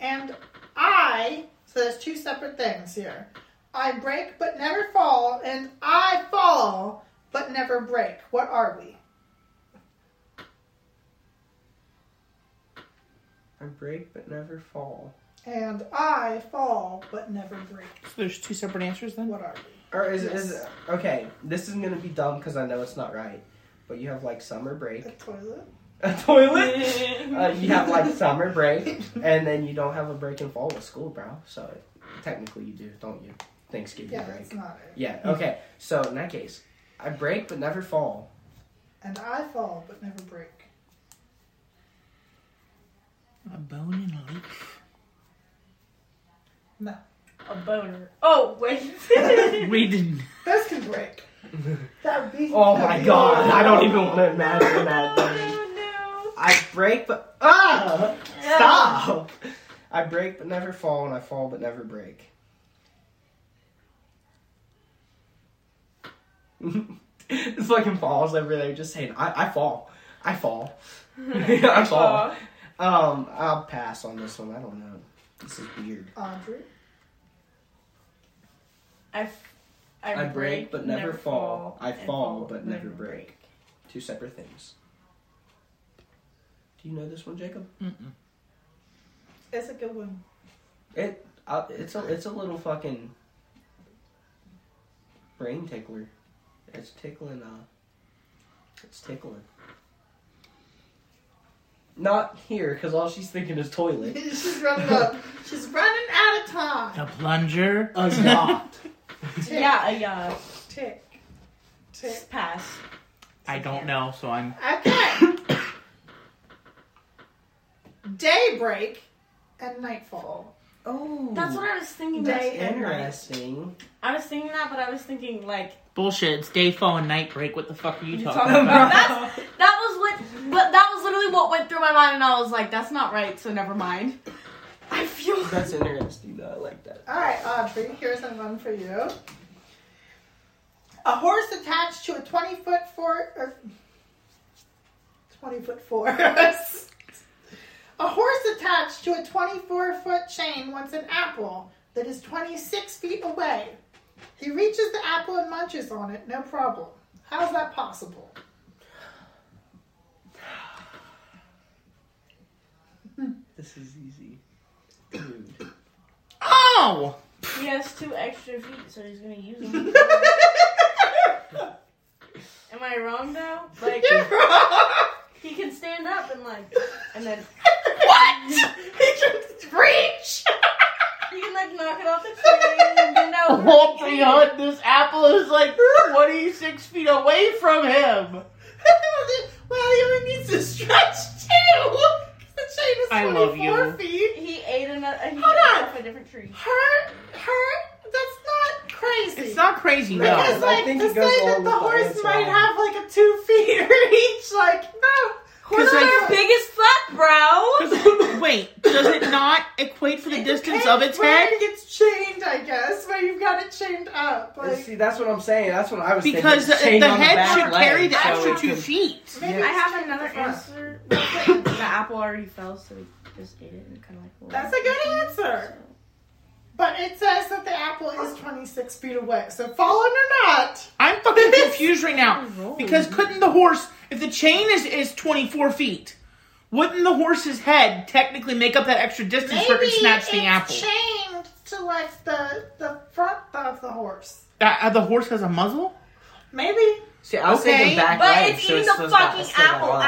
and I. So there's two separate things here. I break, but never fall, and I fall, but never break. What are we? I break but never fall. And I fall, but never break. So there's two separate answers then? What are we? Or is is okay? This is gonna be dumb because I know it's not right. But you have like summer break, A toilet. a toilet. Uh, you have like summer break, and then you don't have a break in fall with school, bro. So technically, you do, don't you? Thanksgiving Yeah, break. that's not it. Yeah. Okay. So in that case, I break but never fall. And I fall, but never break. A bone and a leaf. A boner. Oh (laughs) wait. We didn't. This can (laughs) break. That would be. Oh that'd my be- god! I don't even want to imagine no, that. thing. no. I break but ah! Stop! (laughs) I break but never fall, and I fall but never break. (laughs) it's fucking falls over there, just saying. I, I fall. I fall. (laughs) I fall. Um, I'll pass on this one. I don't know. This is weird. Audrey. I, f- I, I break but never fall. I fall but never break. Two separate things. Do you know this one, Jacob? Mm-mm. It's a good one. It uh, it's a it's a little fucking brain tickler. It's tickling. Uh, it's tickling. Not here, because all she's thinking is (laughs) toilet. (laughs) She's running up. She's running out of time. The plunger. A (laughs) yacht. Tick, Yeah, yeah. Tick. Tick. Just pass. I don't know, so I'm. Okay. (coughs) Daybreak and nightfall. (laughs) Oh. That's what I was thinking. Day- Day. interesting. I was thinking that, but I was thinking like Bullshit. It's day, fall, and night break. What the fuck are you you talking, talking about about? that's (laughs) That was what, but that was literally what went through my mind, and I was like, "That's not right." So never mind. I feel. That's interesting, though. I like that. All right, Audrey, here's one for you. A horse attached to a er, 20 foot four. Or 20 foot force. (laughs) a horse attached to a 24 foot chain wants an apple that is 26 feet away. He reaches the apple and munches on it, no problem. How's that possible? (laughs) This is easy. Oh! (laughs) he has two extra feet, so he's gonna use (laughs) them. Am I wrong though? Like (laughs) he can stand up and like, and then what? He can reach! he can like knock it off the tree (laughs) and bend Oh, over. Walk beyond this apple is like 26 feet away from him. well, he only needs to stretch two. 'cause The chain is I love you. 24 feet. He ate another. He ate Hold on. off a different tree. Her, her, that's not crazy. It's not crazy, Because no. I like think to it say goes that all the with the horse answer. might have like a two (laughs) feet reach, like no. Because like- they're big as fuck, bro. Wait, does it not equate for the distance Okay, of its where head? it gets chained, I guess, where you've got it chained up. Like See, that's what I'm saying. That's what I was Because the, thinking. Chain the on head back should leg, carry the so extra it two can- feet. Yeah. maybe I it's have chained another to the front. answer. (coughs) real quick. the apple already fell, so he just ate it and kind of like. That's a good answer. But it says that the apple is 26 feet away. So fallen or not, I'm (laughs) fucking confused right now. Roll. Because couldn't the horse, if the chain is, is 24 feet, wouldn't the horse's head technically make up that extra distance maybe for it to snatch it's the apple? chained to like the the front of the horse. That, uh, the horse has a muzzle? Maybe. See, I was Okay. thinking back But leg, it's so eating it's the those guys fucking that are apple, on.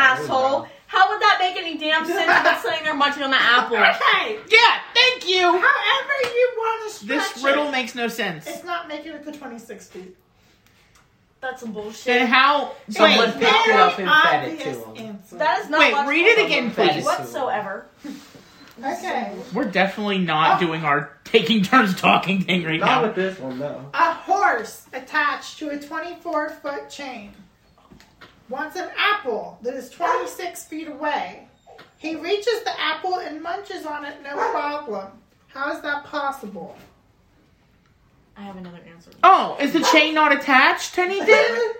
asshole. How would that make any damn sense if it's sitting there munching on the apple? Okay. Yeah, thank you! However you want to stretch This riddle it, makes no sense. it's not making it to 26 feet. (laughs) That's some Then bullshit. how? Someone Wait, picked it up and fed it Obvious to him. answer. That is not. wait, logical read it again, That please. is- Whatsoever. Okay. We're definitely not doing our taking turns talking thing right Not now. with this one, no. A horse attached to a 24 foot chain wants an apple that is 26 feet away. He reaches the apple and munches on it, no problem. How is that possible? I have another answer. Oh, is the chain not attached to (laughs) anything? The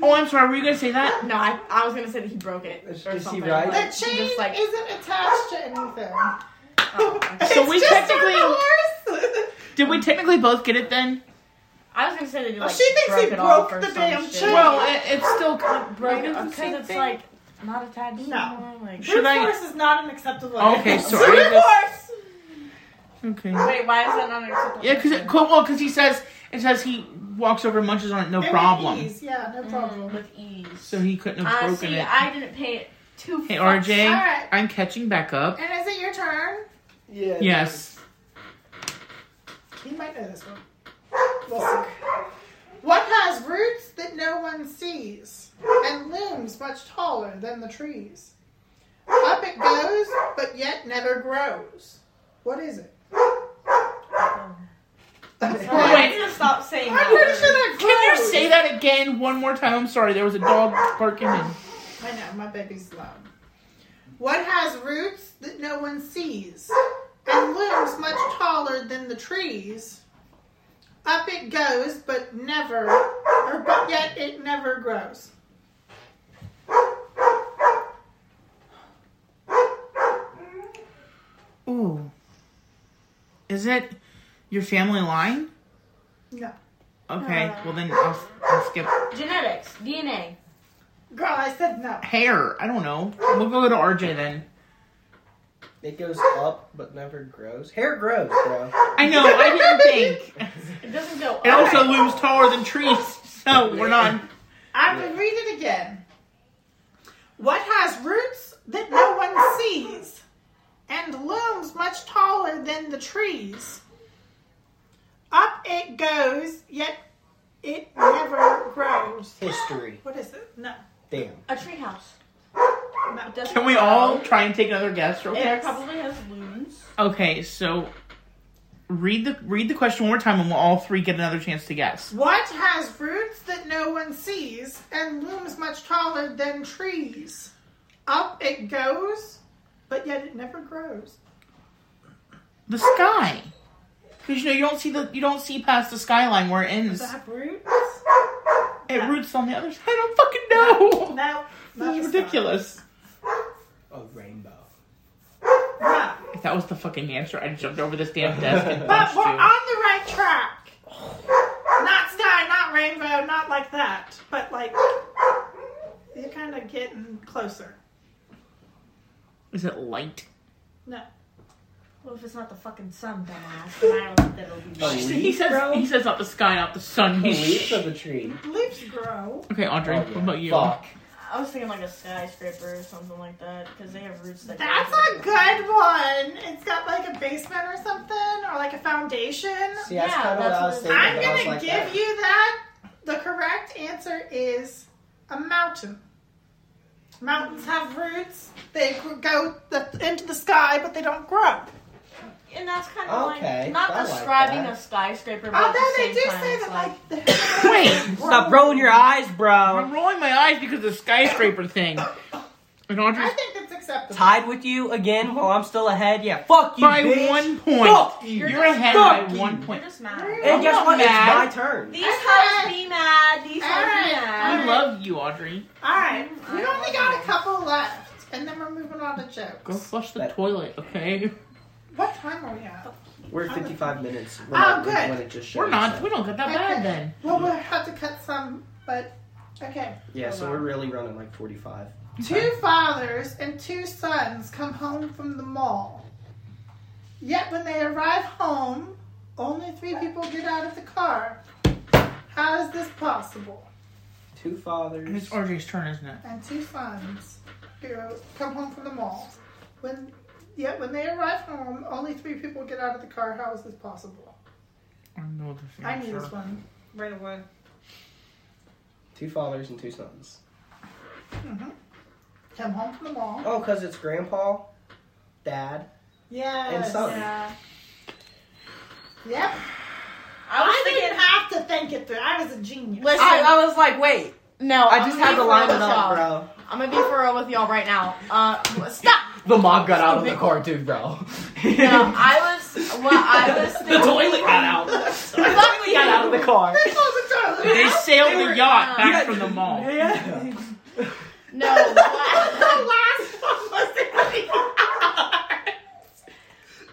Oh, I'm sorry. Were you gonna say that? No, I, I was gonna say that he broke it. Is- or is he something. right? but he chain just, like, Oh, isn't attached to anything. (laughs) So we just on the technically- horse. (laughs) Did we technically both get it then? I was gonna say that he Oh, like she thinks broke he it broke off or the some damn shit. chain. Well, it, it's still. Con- broke It it is the because same it's thing. like not attached. No. anymore, Like, Should Brute I- force is not an acceptable. Okay, answer. sorry, Brute this- force. okay. wait, why is that not acceptable? Yeah, because it, well, because he says it says he walks over and munches on it, no And with problem. ease, Yeah, no problem. with ease. So he couldn't have I broken see. it. I didn't pay it two. Hey, fucks. RJ, All right. I'm catching back up. And is it your turn? Yeah. Yes. You might know this one. We'll see. What has roots that no one sees and looms much taller than the trees? Up it goes, but yet never grows. What is it? Alright, I'm Wait. I'm gonna stop saying pretty that. sure that grows. Can you say that again one more time? I'm sorry, there was a dog barking. In. I know, my baby's loud. What has roots that no one sees and looms much taller than the trees? Up it goes, but never, or but yet it never grows. Ooh. Is it your family line? No. Okay, well then I'll, I'll skip Genetics, DNA. Girl, I said no. hair. I don't know. We'll go to RJ then. It goes up but never grows. Hair grows, bro. I know, I didn't think. It doesn't go. It also looms taller than trees, so we're not. I'm going to read it again. What has roots that no trees. Up it goes, yet it never grows. History. What is it? No. Damn. A treehouse. no. Doesn't Can we grow. all try and take another guess real It quick? probably has loons. Okay, so read the read the question one more time, and we'll all three get another chance to guess. What has roots that no one sees and blooms much taller than trees? Up it goes, but yet it never grows. The sky, because you know you don't see the you don't see past the skyline where it ends. Does it have roots? It roots on the other side. I don't No. fucking (laughs) know. not This the is ridiculous. A rainbow. sky. No. If that was the fucking answer, I'd have jumped over this damn desk (laughs) and But punched we're on the you. right track. Not sky, not rainbow, not like that. But like, you're kind of getting closer. Is it light? No. Well, if it's not the fucking sun, dumbass, then (laughs) I don't think it'll be. Oh. A He leaf. says he says not the sky, not the sun. A leaf of a tree. Leaves grow. Okay, Andre, Oh, yeah. what about you? Fuck. I was thinking like a skyscraper or something like that because they have roots that. That's a good one. It's got like a basement or something, or like a foundation. See, that's Yeah, kind of what that's I was what it thinking. I'm but I was gonna like give that. you that. The correct answer is a mountain. Mountains have roots. They go the, into the sky, but they don't grow. And that's kind of Okay, like not I like describing that. a skyscraper. But Although at the they same do time, say it's that (coughs) like. (laughs) Wait, Stop rolling your eyes, bro. I'm rolling my eyes because of the skyscraper thing. And I Andre's think that's acceptable. Tied with you again while I'm still ahead. Yeah, fuck you, by bitch. one point. Fuck you. You're ahead by Fuck you. one You're point. just mad. And guess I'm what? mad. It's my turn. These guys be mad. These guys Alright, be alright. mad. I love you, Audrey. All right, we only got a couple left, and then we're moving on to jokes. Go flush the That- toilet, okay? What time are we at? We're 55 minutes. We're Oh, not- good. when it just We're showed, not. so- We don't get that bad then. Well, we'll have to cut some, but okay. Yeah, so we're really running like 45. Two fathers and two sons come home from the mall. Yet when they arrive home, only three people get out of the car. How is this possible? Two fathers. And it's Audrey's turn, isn't it? and two sons who come home from the mall. When yet when they arrive home, only three people get out of the car. How is this possible? I know this I knew answer. this one right away. Two fathers and two sons. hmm Come home from the mall. Oh, because it's grandpa, dad, and Yes. son. Yeah. Yep. I was I thinking. didn't have to think it through. I was a genius. Listen, I, I was like, wait. no, I I'm just gonna had be to for line real it with up, y'all. bro. I'm gonna be for real with y'all right now. Uh, stop. The mob got out of the car too, (laughs) bro. No, I was. What I (laughs) was thinking. got (laughs) out. The toilet got out. of the car. This was a joke. They uh, sailed the yacht Yeah. back from the mall. Yeah. No. (laughs) what- (laughs)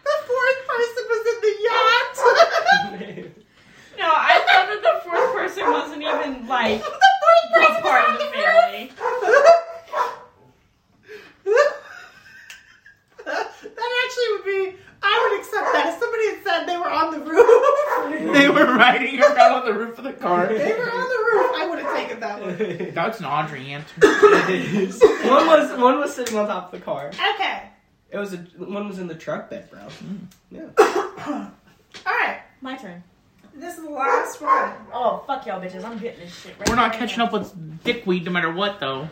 The fourth person was in the yacht. No, I thought that the fourth person wasn't even (laughs) like the fourth person a part of (laughs) the family. that actually would be. I would accept that. If somebody had said they were on the roof, They were riding around on the roof of the they car. were on the roof. I would have taken that one. That's an Audrey answer. one was one was sitting on top of the car. Okay. It was a, one was in the truck bed, bro. All right. My turn. This is the last one. Oh fuck y'all bitches! I'm getting this shit. Right We're not now. catching up with dickweed no matter what, though. And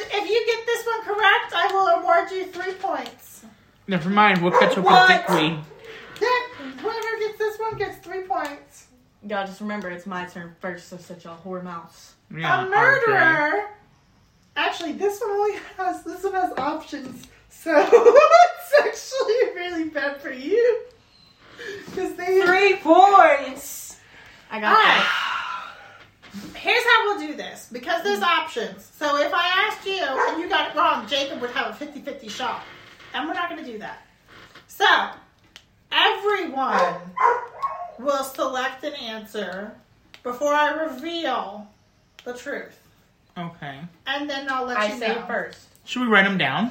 if you get this one correct, I will award you three points. Never mind. We'll catch up What? with dickweed. That whoever gets this one gets three points. Y'all just remember it's my turn first, so such a whore mouse. a Yeah, Audrey. murderer. Actually, this one only has this one has options, so (laughs) it's actually really bad for you because they Three points. I All got right. that. (sighs) Here's how we'll do this because there's options. So if I asked you and you got it wrong, Jacob would have a 50 50 shot. And we're not going to do that. So everyone will select an answer before I reveal the truth. Okay. And then I'll let I you say know. first. Should we write them down?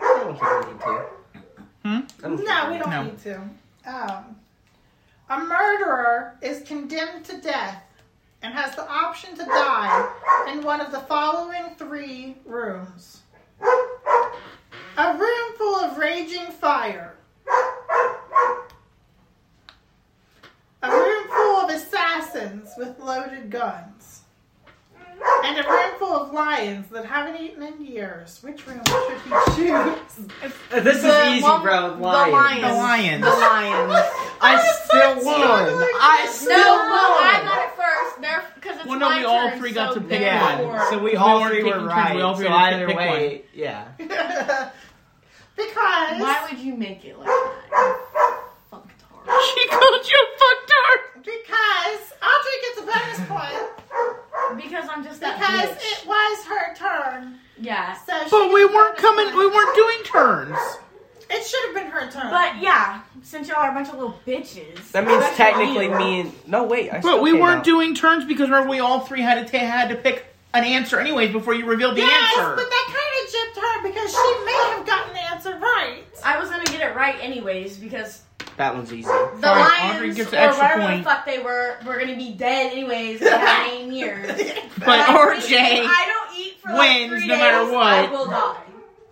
I don't think we need to. Hmm? I don't No, think we don't No. need to. Um, a murderer is condemned to death and has the option to die in one of the following three rooms a room full of raging fire, of lions that haven't eaten in years. Which room should he choose? This is The easy, one- bro. the Lion. lion. The lions. The lions. I still won. I No, still well, I won. got it first. They're because it's Well, no, my we all turn, three got so to pick they're one. four. So we, We all weren't three picking were turns, right. we all so three had to either pick way, yeah. (laughs) because Why would you make it like that? Fuck Tara. (laughs) She called you a because Audrey gets a bonus point Because I'm just that because bitch. it was her turn. Yes. So she But we gets a weren't bonus coming. point. We weren't doing turns. It should have been her turn. But yeah, since y'all are a bunch of little bitches. That means that's technically you. me and no wait. I still But we came weren't out. doing turns because remember we all three had to ta had to pick an answer anyways before you revealed the yes, answer. but that kind of gypped her because she may have gotten the answer right. I was gonna get it right anyways because That one's easy. the Fine, Audrey lions gets an or extra whatever the point. fuck they were were gonna be dead anyways (laughs) in (laughs) nine years. But Like, RJ, if I don't eat for like wins three no matter days, what. I will die.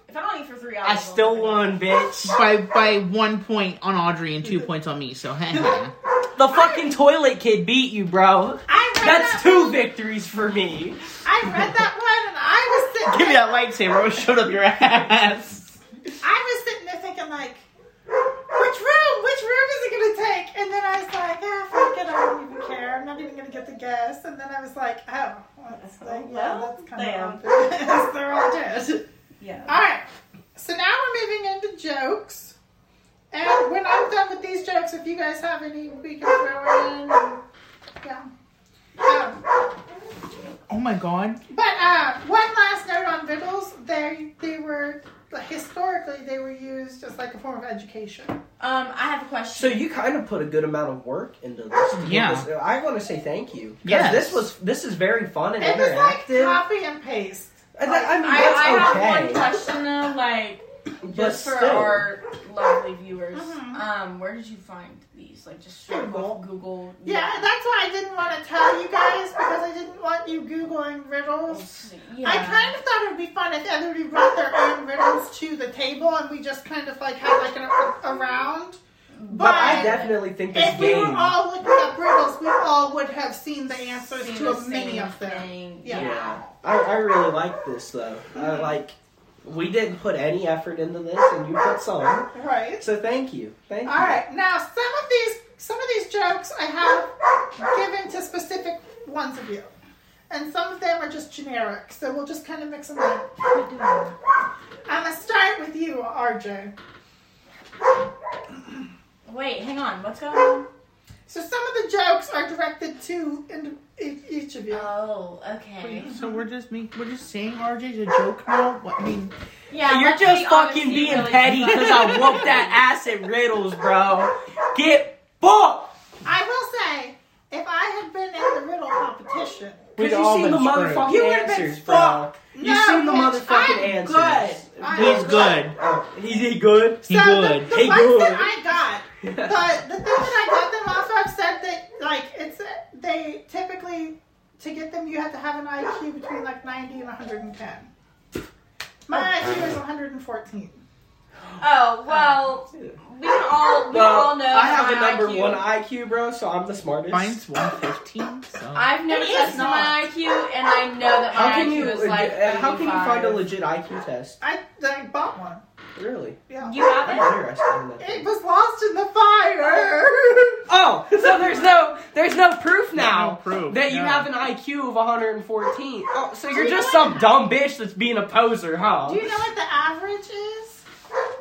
If I don't eat for three hours, I will still die. won, bitch. by by one point on Audrey and two points on me. So hang on. The fucking toilet kid beat you, bro. I read That's that. two victories for me. I read that one and I was sitting. Give me that lightsaber. I'll shove it up your ass. I was sitting there thinking like, which room? Which room is it gonna take? And then I was like, ah, fuck it, I don't even care. I'm not even gonna get the guess. And then I was like, oh, that's like, yeah, that's Damn. kind of (laughs) obvious. They're all dead. Yeah. All right. So now we're moving into jokes. And when I'm done with these jokes, if you guys have any, we can throw in. Yeah. Um, Oh my god. but uh, one last note on victuals. They they were historically they were used as like a form of education. Um, I have a So question. you kind of put a good amount of work into this. to get Yeah. this- I want to say thank you. 'Cause Yes. This was this is very fun and It was like interactive. copy and paste. I, th- I mean I, I that's have okay. one question though, like but just for still, our lovely (laughs) viewers. Mm-hmm. Mhm. Um, where did you find these? Like just straight Google. Google. Google. Yeah, that's why I didn't want to tell you guys because I didn't want you googling riddles. Yeah. I kind of thought it would be fun if everybody brought their own riddles to the table and we just kind of like had like an, a, a round. but, I definitely think this If we game. were all looking up riddles, we all would have seen the answers Seen to the many same of them. thing. Yeah. yeah, I, I really like this though. I like. We didn't put any effort into this, and you put some. Right. So thank you, thank All you. right. Now some of these some of these jokes I have given to specific ones of you, and some of them are just generic. So we'll just kind of mix them up. I'm gonna start with you, RJ. Wait, hang on. What's going on? So some of the jokes are directed to ind- e- each of you. Oh, okay. So we're just make, we're just saying RJ's a joke now. What, I mean, Yeah. You're let's just be honest, fucking he being really petty because I whooped that ass at riddles, bro. Get fucked. I will say, if I had been in the riddle competition, Because you all seen the been screwed. motherfucking You would've been answers, bro. You No, seen the bitch, I'm motherfucking answers. good. I'm he's good. Oh, is he good? He so good. The, the He ones good. that I got, the, the thing that I got them off of said that like it's they typically to get them you have to have an IQ between like 90 and 110. My IQ is 114. Oh well, we can all we can Well, all know. I have my a number IQ. one IQ, bro, so I'm the smartest. mine's one fifteen. So I've never It is tested my IQ, and I know that my How can IQ you? is like. uh, how can you find a 85. legit (laughs) IQ test? I, I bought one. (laughs) Really? Yeah. You have I'm it. interested in that. It was lost in the fire. Oh, so there's no there's no proof No now proof, that you no. have an IQ of 114. Oh, so you're you just know some dumb bitch that's being a poser, huh? Do you know what the average is?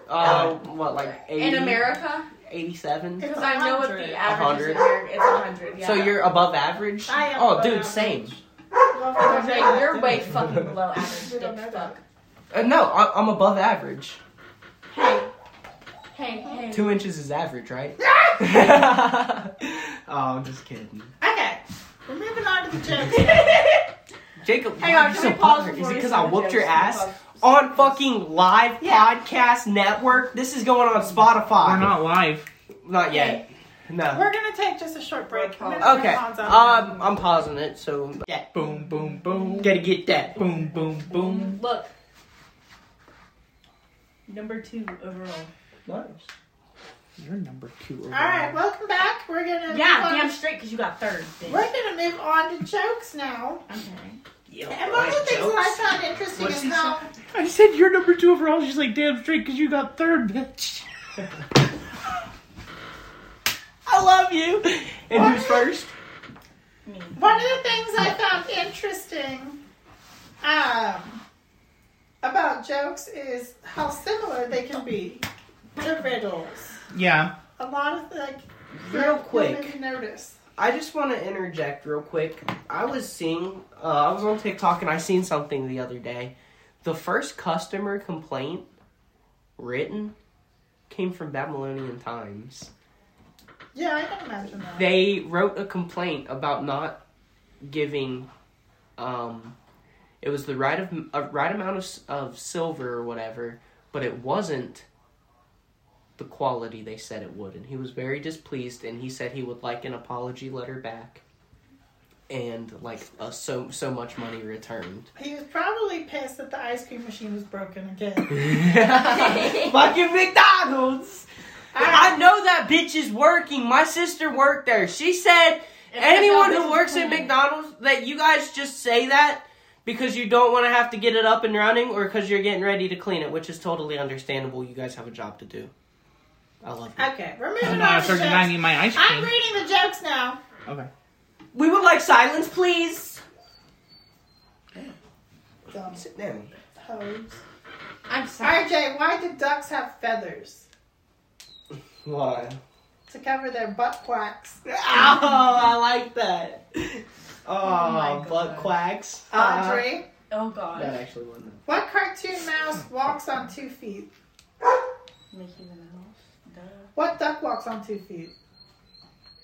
Uh, what like 80, In America, 87? because I know what the 100. average is 100. in America. It's hundred. Yeah. So you're above average? I am oh, above dude, average. same. Okay, you're way fucking below average. We don't dick know fuck. that. Uh, no, I- I'm above average. Hey, hey, hey. Two inches is average, right? oh, I'm just kidding. Okay, we're moving on to the jokes. (laughs) Jacob, Hang why on, are you can so we pause popular? Is before it we because say I the whooped your jokes? ass Can on fucking live podcast network? This is going on Spotify. we're not live. Not yet. No. We're gonna take just a short break. We're gonna Okay. bring Hans up. Um, I'm pausing it. So yeah, Boom, boom, boom. gotta get that. Boom, boom, boom. Look. Number two overall. Nice. You're number two. Over All right, welcome back. We're gonna Yeah, move on- damn straight, because you got third. Bitch. We're gonna move on to jokes now. Okay. And one of the things that I found interesting What's is he how I said you're number two overall. She's like, damn straight, because you got third, bitch. I love you. And who's first? One of the things I found interesting um, about jokes is how similar they can be to riddles. Yeah. A lot of like Real you'll quick. maybe notice. I just want to interject real quick. I was seeing, uh, I was on TikTok and I seen something the other day. The first customer complaint written came from Babylonian Times. Yeah, I can imagine that. They wrote a complaint about not giving, um, it was the right of a right amount of s- of silver or whatever, but it wasn't the quality they said it would, and he was very displeased. And he said he would like an apology letter back, and like a, so so much money returned. He was probably pissed that the ice cream machine was broken (coughs) again. (laughs) Fucking McDonald's. I know that bitch is working. My sister worked there. She said anyone who works at McDonald's that you guys just say that because you don't want to have to get it up and running or because you're getting ready to clean it, which is totally understandable. You guys have a job to do. I love you. Okay, we're moving And uh, on I to started jokes. denying my ice I'm cream. reading the jokes now. Okay. We would like silence, please. Dumb Sit down. hoes. I'm sorry. RJ, why do ducks have feathers? Why? To cover their butt quacks. Oh, Ah! I like that. Oh, my butt God. quacks. Uh, Audrey, Oh god. That actually wasn't. it. what cartoon mouse walks on two feet? Mickey Mouse. Duh. What duck walks on two feet?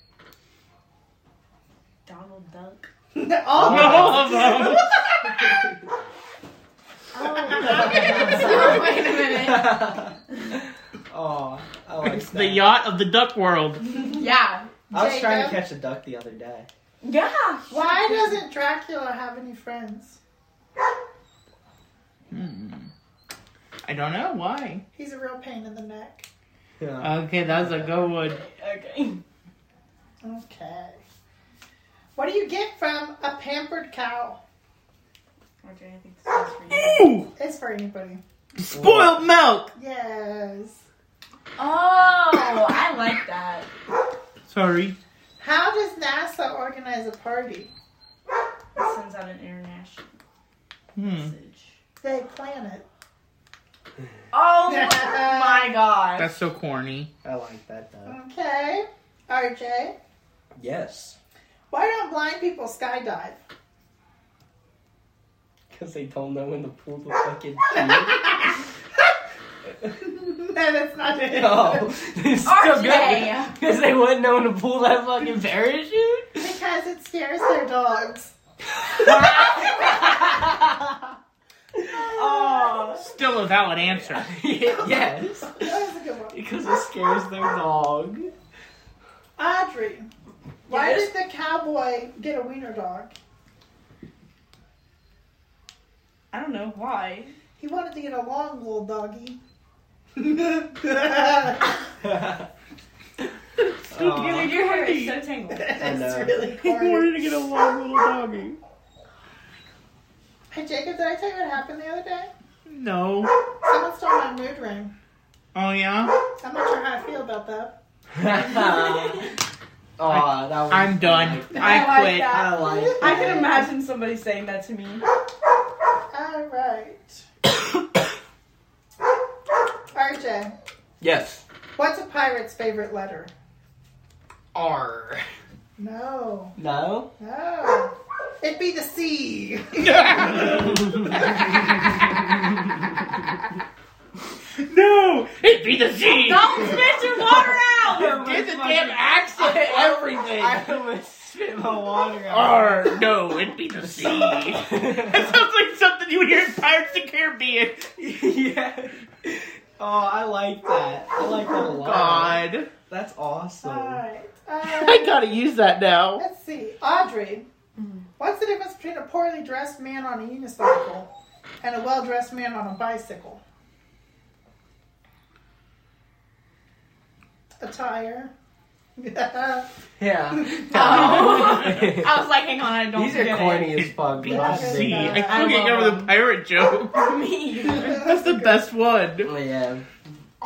(laughs) Donald Duck. oh, All of them. Oh. (laughs) Wait a (laughs) minute. (laughs) Oh, I like It's that. the yacht of the duck world. Yeah. I was trying to Jacob. catch a duck the other day. (laughs) Yeah. (laughs) Why doesn't Dracula have any friends? Hmm. I don't know why. He's a real pain in the neck. Yeah. Okay, that's a go one. Okay. Okay. What do you get from a pampered cow? RJ, I think this is for you. Ooh, It's for anybody. spoiled milk. Yes. Oh, I like that. Sorry. How does NASA organize a party? It sends out an international Hmm. message. They plan it. Oh (laughs) my god. That's so corny. I like that though. Okay. RJ, Yes, why don't blind people skydive? because they don't know when to pull the fucking. (laughs) (laughs) no, that's not it. (laughs) Oh, (laughs) No. It's still good. RJ. Because they wouldn't know when to pull that fucking parachute. (laughs) Because it scares their dogs. oh. Still a valid (laughs) answer. yes. That was a good one. Because it scares their dog. Audrey, why Yes? did the cowboy get a wiener dog? I don't know why. He wanted to get a long little doggy. (laughs) Aw. Your hair is so tangled. know. That's really He wanted hard. to get a long little doggy. Hey Jacob, did I tell you what happened the other day? No. Someone stole my mood ring. Oh yeah. I'm not sure how I feel about that. (laughs) Aw, that was I'm done. I I like quit. that. I (laughs) like it. I can imagine somebody saying that to me. All right. (coughs) RJ, Yes. what's a pirate's favorite letter? R. No, No? no. It'd be the (laughs) C. (laughs) no, it'd be the Z. Don't spit your water out! Did the damn accent everything. I almost spit my water out. R. No, it'd be the (laughs) Z. that sounds like something you would hear in Pirates of the Caribbean. (laughs) yeah. oh, I like that. I like that a lot. God, That's awesome. All (laughs) right. I Uh, gotta use that now. let's see. Audrey, Mm-hmm. what's the difference between a poorly dressed man on a unicycle and a well dressed man on a bicycle? (laughs) Attire. Yeah. (laughs) Oh. I was like, hang on, I don't (laughs) These get are corny as fuck. but I dig (laughs) See, it. I still can't get over the pirate joke. it. (laughs) Me. That's the best one. Oh, yeah.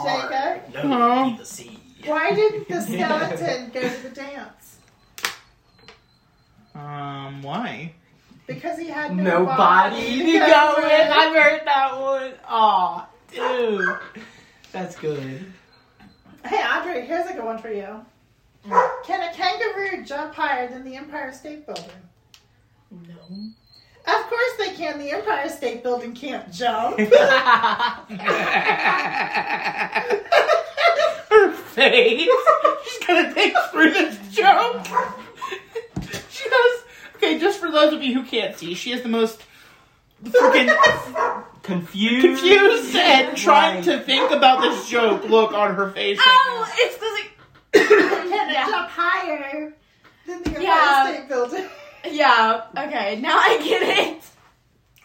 Jacob? No, Aw. the sea. Why did the skeleton go to the dance? Um, (laughs) why? Because he had Nobody to go (laughs) with. I've heard that one. Aw, dude. That's good. Hey, Andre, here's a good one for you. Can a kangaroo jump higher than the Empire State Building? No. Of course they can. The Empire State Building can't (laughs) jump. (laughs) Her face. She's gonna take through this joke. She has. Okay, just for those of you who can't see, she has the most (laughs) freaking Confused. confused and trying to think about this joke look on her face. Oh, Right it's because can it Yeah. jump higher than the Empire Yeah. State Building? it. Yeah. Okay. Now I get it.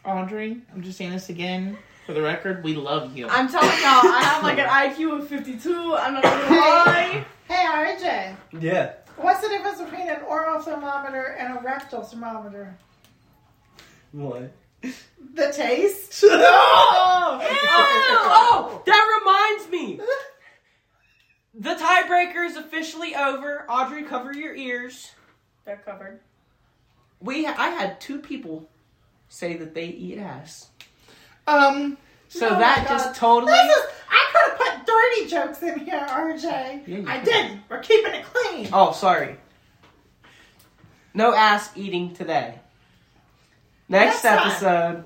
now. Audrey, I'm just saying this again for the record. We love you. I'm telling y'all, I have like an IQ of 52. I'm not (laughs) gonna lie. Hey, RJ, Yeah. what's the difference between an oral thermometer and a rectal thermometer? What? The taste? Oh, that reminds me. The tiebreaker is officially over. Audrey, cover your ears. They're covered. We I had two people say that they eat ass. Um, So Oh my that God. just totally This is, I could have put dirty jokes in here, RJ. Yeah, you I could. didn't. We're keeping it clean. Oh, sorry. No ass eating today. Next Next episode.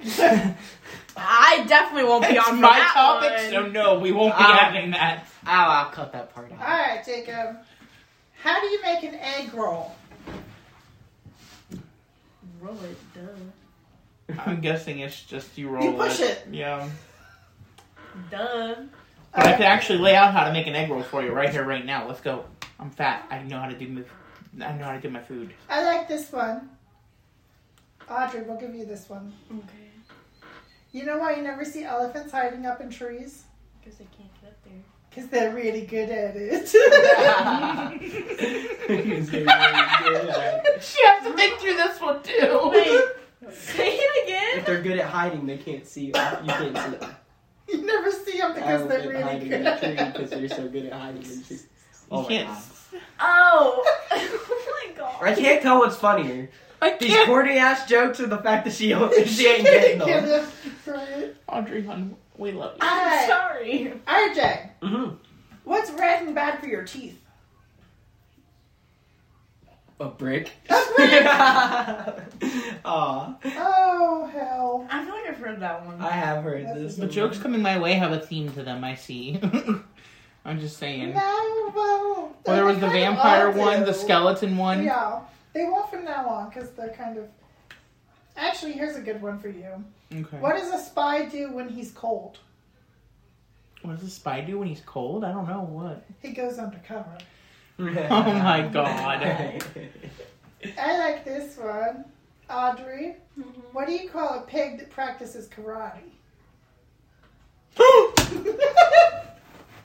(laughs) I definitely won't be it's on my that topic, one. Ah. so no, we won't be Um, having that. Ow, I'll cut that part out. All right, Jacob. How do you make an egg roll? Roll it, duh. I'm guessing it's just you roll. You push it. Yeah. Duh. But I can actually lay out how to make an egg roll for you right here, right now. Let's go. I'm fat. I know how to do my, I know how to do my food. (laughs) I like this one. Audrey, we'll give you this one. Okay. You know why you never see elephants hiding up in trees? Because they can't get up there. Because they're really good at it. (laughs) (laughs) if She has to think through this one too. Wait. Say it again. they're good at hiding, they can't see. You can't see them. you never see them because they're really good at because they're (laughs) so good at hiding in trees. Oh you my can't. God. Oh. (laughs) oh my god. I can't tell what's funnier. (laughs) I These can't. corny ass jokes or the fact that she, (laughs) she ain't getting it. them. Right. Audrey, hon, we love you. I'm All right, sorry. RJ, Mhm. what's red and bad for your (laughs) teeth? A brick? (laughs) Aw. Oh hell! I feel like I've heard that one. I have heard this. (laughs) The jokes coming my way have a theme to them. I see. (laughs) I'm just saying. No, well, Well, there was the they kind of vampire all one, do. the skeleton one. Yeah, they won't from now on because they're kind of. Actually, here's a good one for you. Okay. What does a spy do when he's cold? What does a spy do when he's cold? I don't know (laughs) what. He goes undercover. Oh my (laughs) (laughs) god. I like this one. Audrey, what do you call a pig that practices karate? (laughs) a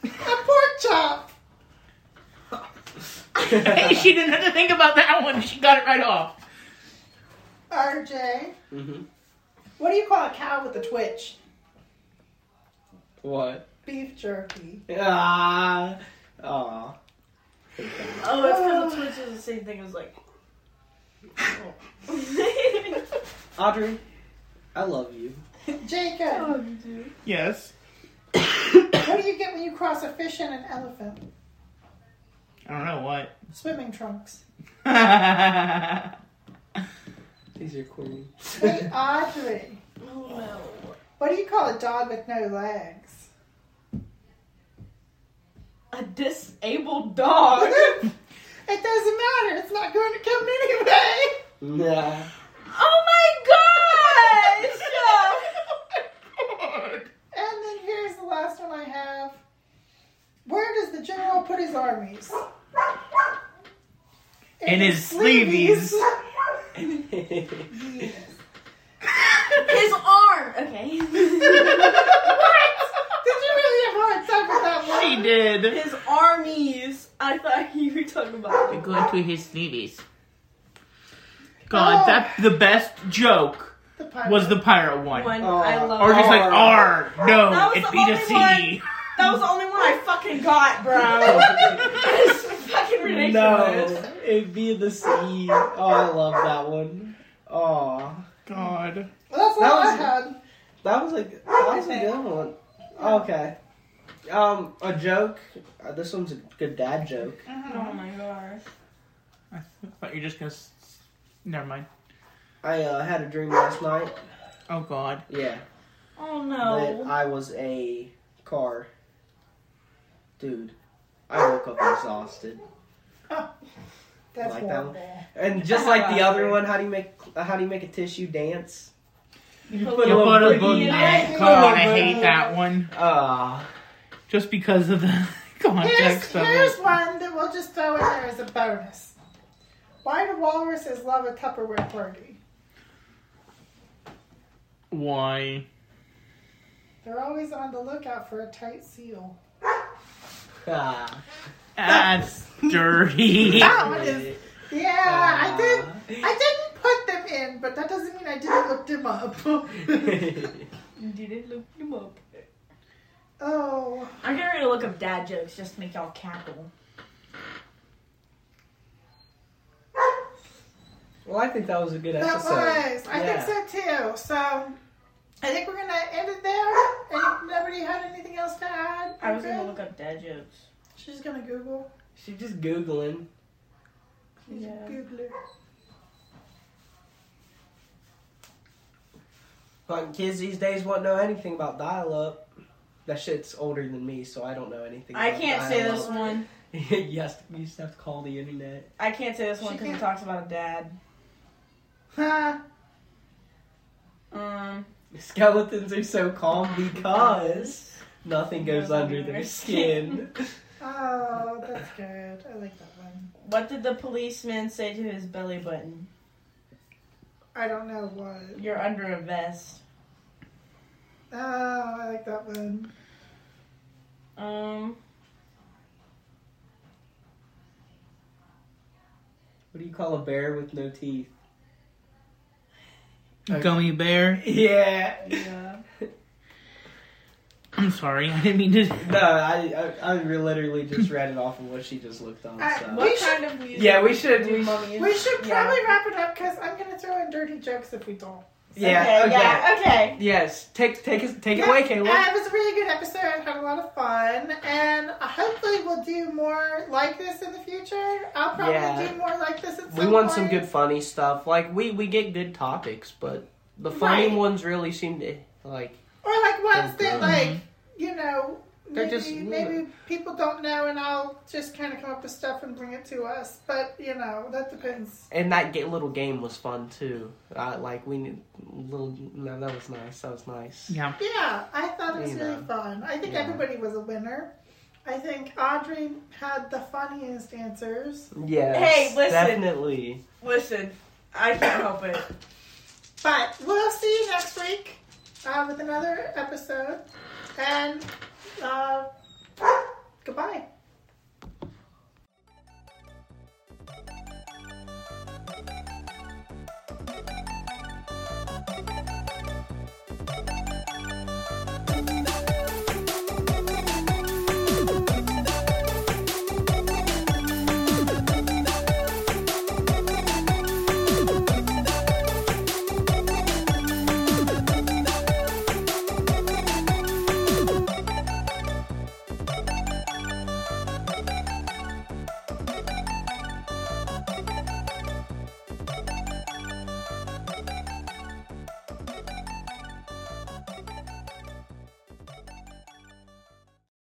pork chop. Hey, (laughs) she didn't have to think about that one. She got it right off. RJ, Mhm. what do you call a cow with a twitch? What? Beef jerky. Ah. Aw. Oh, it's because the Twitch is the same thing as (laughs) like. (laughs) Oh. Audrey, I love (coughs) you. (laughs) Jacob, you do. Yes. what do you get when you cross a fish and an elephant? I don't know what. Swimming trunks. These are corny. Wait, Audrey, Oh no. what do you call a dog with no legs? A disabled dog. (laughs) It doesn't matter. It's not going to come anyway. Nah. oh my gosh! And then here's the last one I have. Where does the general put his armies? In his sleeves. His arm. (laughs) Okay. Did you really have a hard time with that one? (laughs) she did. His armies. I thought you were talking (laughs) about go to his sneebies. God, that the best joke The pirate. was the pirate one. One, Oh, I love Or just like, Arr. R, That no, was it the be the only C. That was the only one I fucking got, bro. (laughs) That's fucking ridiculous. No, it'd be the sea. Oh, I love that one. Oh, God. Well, that's all That I was- had. that was a that was a good one. Okay, um, a joke. Uh, this one's a good dad joke. Mm-hmm. Oh my gosh. I thought you were just gonna. s- s- Never mind. I uh, had a dream last night. Oh God. Yeah, Oh no. that I was a car. Dude, I woke up exhausted. That's Like that horrible. And just like the other one, how do you make uh, how do you make a tissue dance? You put a You little put a boogie boogie in in it. it. God, I Little hate boogie. that one. Ah, Just because of the (laughs) Here's, context of here's it. one that we'll just throw in there as a bonus. Why do walruses love a Tupperware party? Why? They're always on the lookout for a tight seal. (laughs) ah. That's dirty. That one is. Yeah, I did. I didn't put them in, but that doesn't mean I didn't look them (laughs) up. Did it look him up? oh, I'm getting ready to look up dad jokes just to make y'all cackle. well, I think that was a good that episode. was. I Yeah. think so too. So, I think we're gonna end it there. And nobody had anything else to add? I was gonna Good? look up dad jokes. She's gonna Google. She's just googling. She's Yeah. a Googler. (laughs) Fucking kids these days won't know anything about dial up. That shit's older than me, so I don't know anything. I about can't say this dial-up. (laughs) one. you, have to, you just have to call the internet. I can't say this one She because it can't. talks about a dad. Huh? Um, Skeletons are so calm because nothing goes under their skin. (laughs) Oh, that's good. I like that one. what did the policeman say to his belly button? I don't know what. You're under a vest. Oh, I like that one. Um, what do you call a bear with no teeth? Gummy bear. Yeah. yeah. I'm sorry. I didn't mean to. No, I, I I literally just read it off of what she just looked on. I- So. what- What kind of music? Yeah, we should. do We should mummies? We should Yeah. probably wrap it up because I'm gonna throw in dirty jokes if we don't. yeah. Okay, okay. yeah. Okay. Yes. Take take us take Yeah, it away, Caleb. Uh, it was a really good episode. I had a lot of fun, and hopefully we'll do more like this in the future. I'll probably Yeah. do more like this. At We some want some point. good funny stuff. Like we we get good topics, but the funny Right. ones really seem to like or like ones They're good. that like you know They're maybe just- maybe people don't know, and I'll just kind of come up with stuff and bring it to us. But you know that depends. and that ga- little game was fun too. Uh, like we need little no, that was nice. That was nice. Yeah. Yeah, I thought it was You really know. fun. I think Yeah. everybody was a winner. I think Audrey had the funniest answers, Yes, Hey, listen. definitely. Listen, I can't help it. but we'll see you next week uh, with another episode. And uh, goodbye.